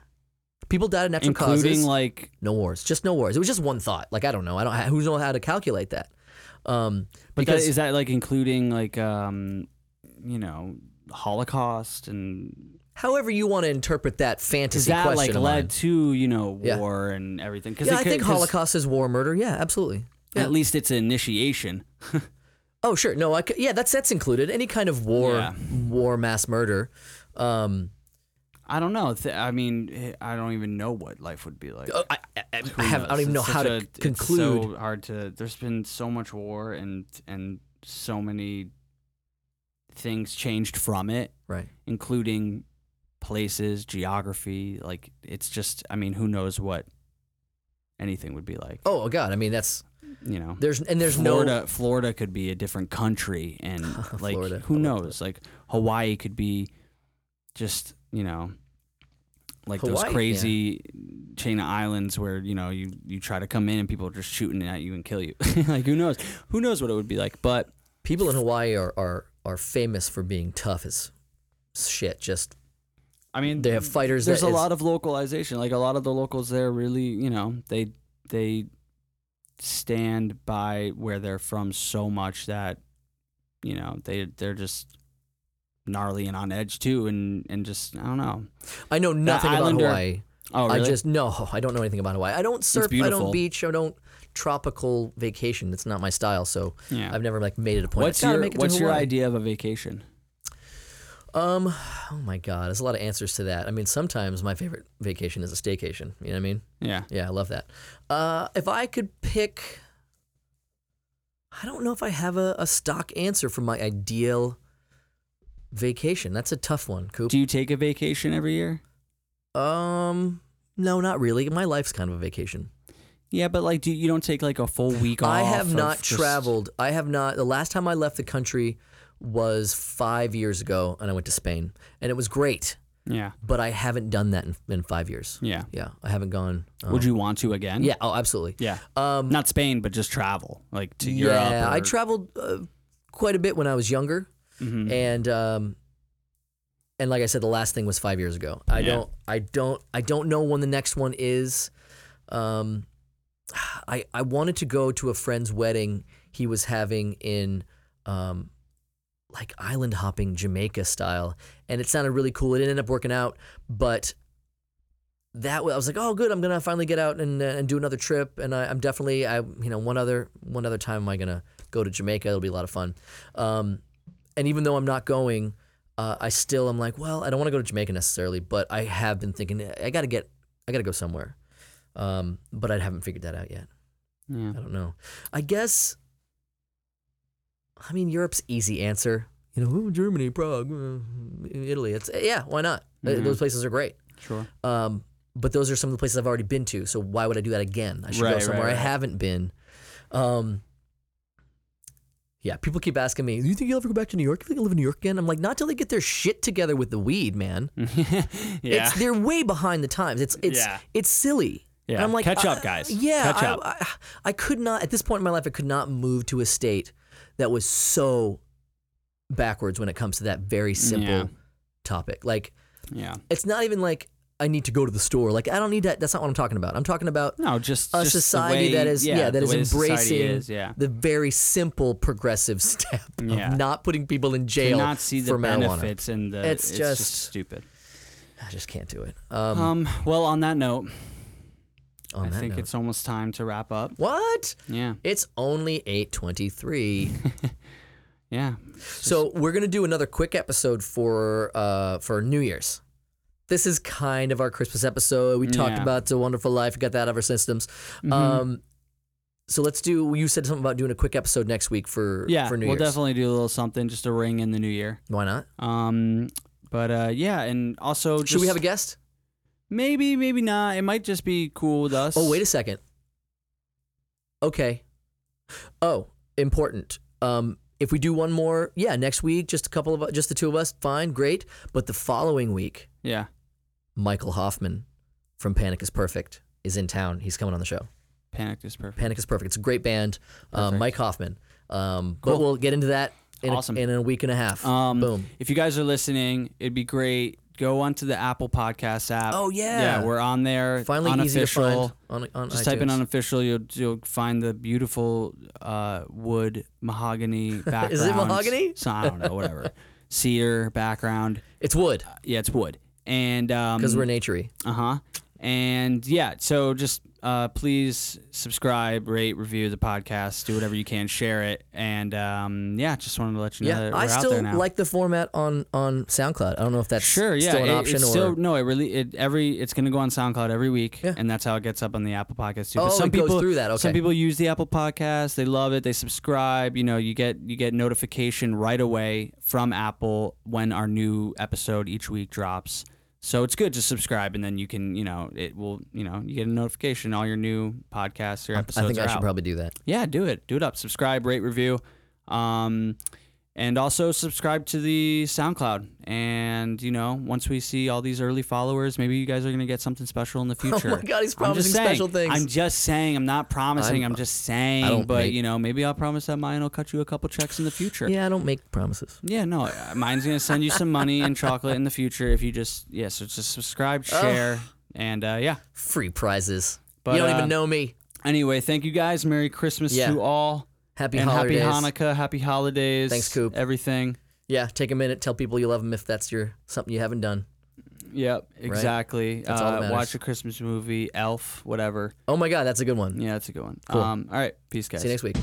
Speaker 1: people died of natural
Speaker 2: including
Speaker 1: causes.
Speaker 2: like
Speaker 1: no wars, just no wars. It was just one thought. Like I don't know, I don't who know how to calculate that. Um,
Speaker 2: But that,
Speaker 1: because
Speaker 2: is that like including like um, you know, Holocaust and
Speaker 1: however you want to interpret that
Speaker 2: is
Speaker 1: fantasy
Speaker 2: that
Speaker 1: question,
Speaker 2: like
Speaker 1: of
Speaker 2: led
Speaker 1: mine.
Speaker 2: to you know
Speaker 1: Yeah.
Speaker 2: war and everything? Because
Speaker 1: Yeah, I think Holocaust is war murder. Yeah, absolutely.
Speaker 2: At least it's an initiation.
Speaker 1: Oh sure, no, I c- yeah, that's that's included. Any kind of war,
Speaker 2: Yeah.
Speaker 1: war mass murder. Um,
Speaker 2: I don't know. Th- I mean, eh, I don't even know what life would be like.
Speaker 1: uh, I, I, I- I have, I don't
Speaker 2: It's
Speaker 1: even know how
Speaker 2: such
Speaker 1: to
Speaker 2: a-
Speaker 1: c- conclude.
Speaker 2: It's so hard to. There's been so much war and and so many things changed from it,
Speaker 1: right.
Speaker 2: including places, geography. Like it's just. I mean, who knows what anything would be like?
Speaker 1: Oh God, I mean that's
Speaker 2: you know,
Speaker 1: There's and there's
Speaker 2: Florida, Florida could be a different country, and like
Speaker 1: Florida,
Speaker 2: who
Speaker 1: I like
Speaker 2: knows? Like Hawaii could be just you know, like those
Speaker 1: Hawaii, yeah.
Speaker 2: crazy chain of islands where you know you you try to come in and people are just shooting at you and kill you. like who knows? Who knows what it would be like? But
Speaker 1: no people in Hawaii are, are are famous for being tough as shit. Just
Speaker 2: I mean,
Speaker 1: they have fighters.
Speaker 2: there's
Speaker 1: that
Speaker 2: a
Speaker 1: is-
Speaker 2: lot of localization. Like a lot of the locals there really, you know, they they stand by where they're from so much that you know they they're just gnarly and on edge too, and and just I don't know.
Speaker 1: I know nothing about
Speaker 2: Islander-
Speaker 1: Hawaii.
Speaker 2: Oh, really?
Speaker 1: I just no, I don't know anything about Hawaii. I don't surf. I
Speaker 2: beautiful.
Speaker 1: don't beach. I don't tropical vacation. It's not my style. So
Speaker 2: yeah.
Speaker 1: I've never like made it a point.
Speaker 2: what's
Speaker 1: I gotta
Speaker 2: your
Speaker 1: make it to
Speaker 2: what's your
Speaker 1: Hawaii.
Speaker 2: idea of a vacation?
Speaker 1: Um, oh my God, there's a lot of answers to that. I mean, sometimes my favorite vacation is a staycation. You know what I mean?
Speaker 2: Yeah,
Speaker 1: Yeah, I love that. Uh, if I could pick, I don't know if I have a, a stock answer for my ideal vacation. That's a tough one, Coop.
Speaker 2: do you take a vacation every year?
Speaker 1: um, no, not really. My life's kind of a vacation.
Speaker 2: Yeah, but like, do you don't take like a full week off?
Speaker 1: I have
Speaker 2: of
Speaker 1: not
Speaker 2: just-
Speaker 1: traveled. I have not. The last time I left the country was five years ago, and I went to Spain, and it was great.
Speaker 2: Yeah,
Speaker 1: But I haven't done that in, in five years.
Speaker 2: yeah.
Speaker 1: Yeah, I haven't gone. uh,
Speaker 2: Would you want to again?
Speaker 1: yeah, oh, absolutely.
Speaker 2: yeah.
Speaker 1: Um,
Speaker 2: Not Spain, but just travel like to Europe.
Speaker 1: yeah, I
Speaker 2: or-
Speaker 1: traveled uh, quite a bit when I was younger,
Speaker 2: Mhm.
Speaker 1: and um, and like I said, the last thing was five years ago. I
Speaker 2: Yeah.
Speaker 1: don't, I don't, I don't know when the next one is. Um, I I wanted to go to a friend's wedding he was having in um, like island hopping Jamaica style, and it sounded really cool. It ended up working out, but that wa- I was like, oh, good, I'm gonna finally get out and uh, and do another trip, and I, I'm definitely, I you know, one other one other time am I gonna go to Jamaica? It'll be a lot of fun. Um, and even though I'm not going, uh, I still am like, well, I don't want to go to Jamaica necessarily, but I have been thinking I gotta get, I gotta go somewhere. Um, but I haven't figured that out yet.
Speaker 2: Yeah.
Speaker 1: I don't know. I guess. I mean, Europe's easy answer. You know, "Ooh, Germany, Prague, uh, Italy. It's yeah, why not? Th-
Speaker 2: Mhm.
Speaker 1: Those places are great.
Speaker 2: Sure.
Speaker 1: Um, but those are some of the places I've already been to. So why would I do that again? I should
Speaker 2: Right,
Speaker 1: go
Speaker 2: right,
Speaker 1: somewhere
Speaker 2: right.
Speaker 1: I haven't been. Um, yeah, people keep asking me, "Do you think you'll ever go back to New York? Do you think you'll live in New York again?" I'm like, not till they get their shit together with the weed, man.
Speaker 2: yeah.
Speaker 1: It's they're way behind the times. It's it's
Speaker 2: Yeah.
Speaker 1: it's silly.
Speaker 2: Yeah.
Speaker 1: And I'm like,
Speaker 2: Catch up,
Speaker 1: uh,
Speaker 2: guys.
Speaker 1: Yeah,
Speaker 2: Catch
Speaker 1: I,
Speaker 2: up.
Speaker 1: I, I could not at this point in my life. I could not move to a state that was so backwards when it comes to that very simple
Speaker 2: Yeah.
Speaker 1: topic. Like,
Speaker 2: yeah.
Speaker 1: it's not even like I need to go to the store. Like, I don't need that. That's not what I'm talking about. I'm talking about
Speaker 2: No, just
Speaker 1: a
Speaker 2: just the
Speaker 1: society
Speaker 2: way-
Speaker 1: that is yeah, that
Speaker 2: the
Speaker 1: is
Speaker 2: way the society
Speaker 1: embracing
Speaker 2: is, yeah.
Speaker 1: the very simple progressive step of
Speaker 2: Yeah.
Speaker 1: not putting people in
Speaker 2: To
Speaker 1: jail
Speaker 2: not see the
Speaker 1: for marijuana.
Speaker 2: benefits and the
Speaker 1: It's
Speaker 2: it's, just,
Speaker 1: just-
Speaker 2: stupid.
Speaker 1: I just can't do it. Um,
Speaker 2: Um. Well, on that note,
Speaker 1: on
Speaker 2: I
Speaker 1: that
Speaker 2: think
Speaker 1: note.
Speaker 2: it's almost time to wrap up.
Speaker 1: what?
Speaker 2: Yeah.
Speaker 1: It's only 823.
Speaker 2: Yeah.
Speaker 1: so we're gonna do another quick episode for uh for New Year's. This is kind of our Christmas episode. We talked
Speaker 2: Yeah. Mm-hmm.
Speaker 1: about the wonderful life, got that out of our systems. Um so let's do you said something about doing a quick episode next week for
Speaker 2: Yeah.
Speaker 1: for New
Speaker 2: we'll
Speaker 1: Year's.
Speaker 2: definitely do a little something just to ring in the new year.
Speaker 1: Why not?
Speaker 2: Um. But uh, yeah, and also just
Speaker 1: Should we have a guest?
Speaker 2: maybe maybe not. It might just be cool with us.
Speaker 1: Oh, wait a second. Okay. Oh, important. Um, if we do one more, yeah, next week, just a couple of just the two of us, fine, great. But the following week,
Speaker 2: yeah.
Speaker 1: Michael Hoffman from Panic is Perfect is in town. He's coming on the show.
Speaker 2: Panic is perfect.
Speaker 1: Panic is Perfect. It's a great band. Uh,
Speaker 2: Perfect.
Speaker 1: Mike Hoffman. Um, But
Speaker 2: Cool.
Speaker 1: we'll get into that in,
Speaker 2: Awesome.
Speaker 1: a, in a week and a half.
Speaker 2: Um,
Speaker 1: Boom.
Speaker 2: If you guys are listening, it'd be great. Go onto the Apple Podcast app.
Speaker 1: Oh, yeah.
Speaker 2: yeah, we're on there.
Speaker 1: Finally, easy to
Speaker 2: unofficial.
Speaker 1: find on, on
Speaker 2: Just
Speaker 1: iTunes.
Speaker 2: type in unofficial. You'll you'll find the beautiful uh, wood mahogany background.
Speaker 1: mahogany?
Speaker 2: So I don't know. Whatever. Cedar background.
Speaker 1: It's wood
Speaker 2: Yeah, it's wood. And
Speaker 1: because
Speaker 2: um,
Speaker 1: we're naturey.
Speaker 2: uh huh. And yeah, so just uh, please subscribe, rate, review the podcast, do whatever you can, share it, and um, yeah, just wanted to let you know
Speaker 1: Yeah,
Speaker 2: that we're
Speaker 1: Uh, I
Speaker 2: out
Speaker 1: still
Speaker 2: there now.
Speaker 1: like the format on on SoundCloud. I don't know if that's
Speaker 2: Sure. Yeah.
Speaker 1: still an
Speaker 2: it-
Speaker 1: option
Speaker 2: it's
Speaker 1: or
Speaker 2: still, no. It really. It every. It's going to go on SoundCloud every week,
Speaker 1: Yeah.
Speaker 2: and that's how it gets up on the Apple Podcast too.
Speaker 1: Oh,
Speaker 2: but some
Speaker 1: it goes
Speaker 2: people
Speaker 1: through that,
Speaker 2: Some
Speaker 1: okay.
Speaker 2: people use the Apple Podcast. They love it. They subscribe. You know, you get you get notification right away from Apple when our new episode each week drops. So it's good to subscribe, and then you can, you know, it will, you know, you get a notification all your new podcasts or
Speaker 1: I
Speaker 2: episodes.
Speaker 1: think
Speaker 2: are
Speaker 1: I should
Speaker 2: out.
Speaker 1: probably do that.
Speaker 2: yeah, do it, do it up. Subscribe, rate, review, um, and also subscribe to the SoundCloud. And you know, once we see all these early followers, maybe you guys are gonna get something special in the future.
Speaker 1: Oh God, he's
Speaker 2: I'm just
Speaker 1: promising
Speaker 2: saying,
Speaker 1: special things.
Speaker 2: I'm just saying. I'm not promising.
Speaker 1: I'm-
Speaker 2: I'm, just saying.
Speaker 1: I don't
Speaker 2: but
Speaker 1: make-
Speaker 2: you know, maybe I'll promise that mine will cut you a couple checks in the future.
Speaker 1: Yeah, I don't make promises.
Speaker 2: Yeah, no, uh, mine's gonna send you some money and chocolate in the future if you just yeah. So just subscribe, share, and uh, yeah.
Speaker 1: Free prizes.
Speaker 2: But,
Speaker 1: you don't
Speaker 2: uh,
Speaker 1: even know me.
Speaker 2: Anyway, thank you guys. Merry Christmas
Speaker 1: Yeah.
Speaker 2: to all,
Speaker 1: Happy
Speaker 2: and
Speaker 1: holidays.
Speaker 2: happy Hanukkah, happy holidays.
Speaker 1: Thanks, Coop.
Speaker 2: Everything.
Speaker 1: Yeah, take a minute, tell people you love them if that's your something you haven't done.
Speaker 2: Yep, exactly.
Speaker 1: That's all that
Speaker 2: uh,
Speaker 1: matters.
Speaker 2: watch a Christmas movie, Elf, whatever.
Speaker 1: Oh my God, that's a good one.
Speaker 2: Yeah, that's a good one. Um, all right, peace, guys.
Speaker 1: See you next week.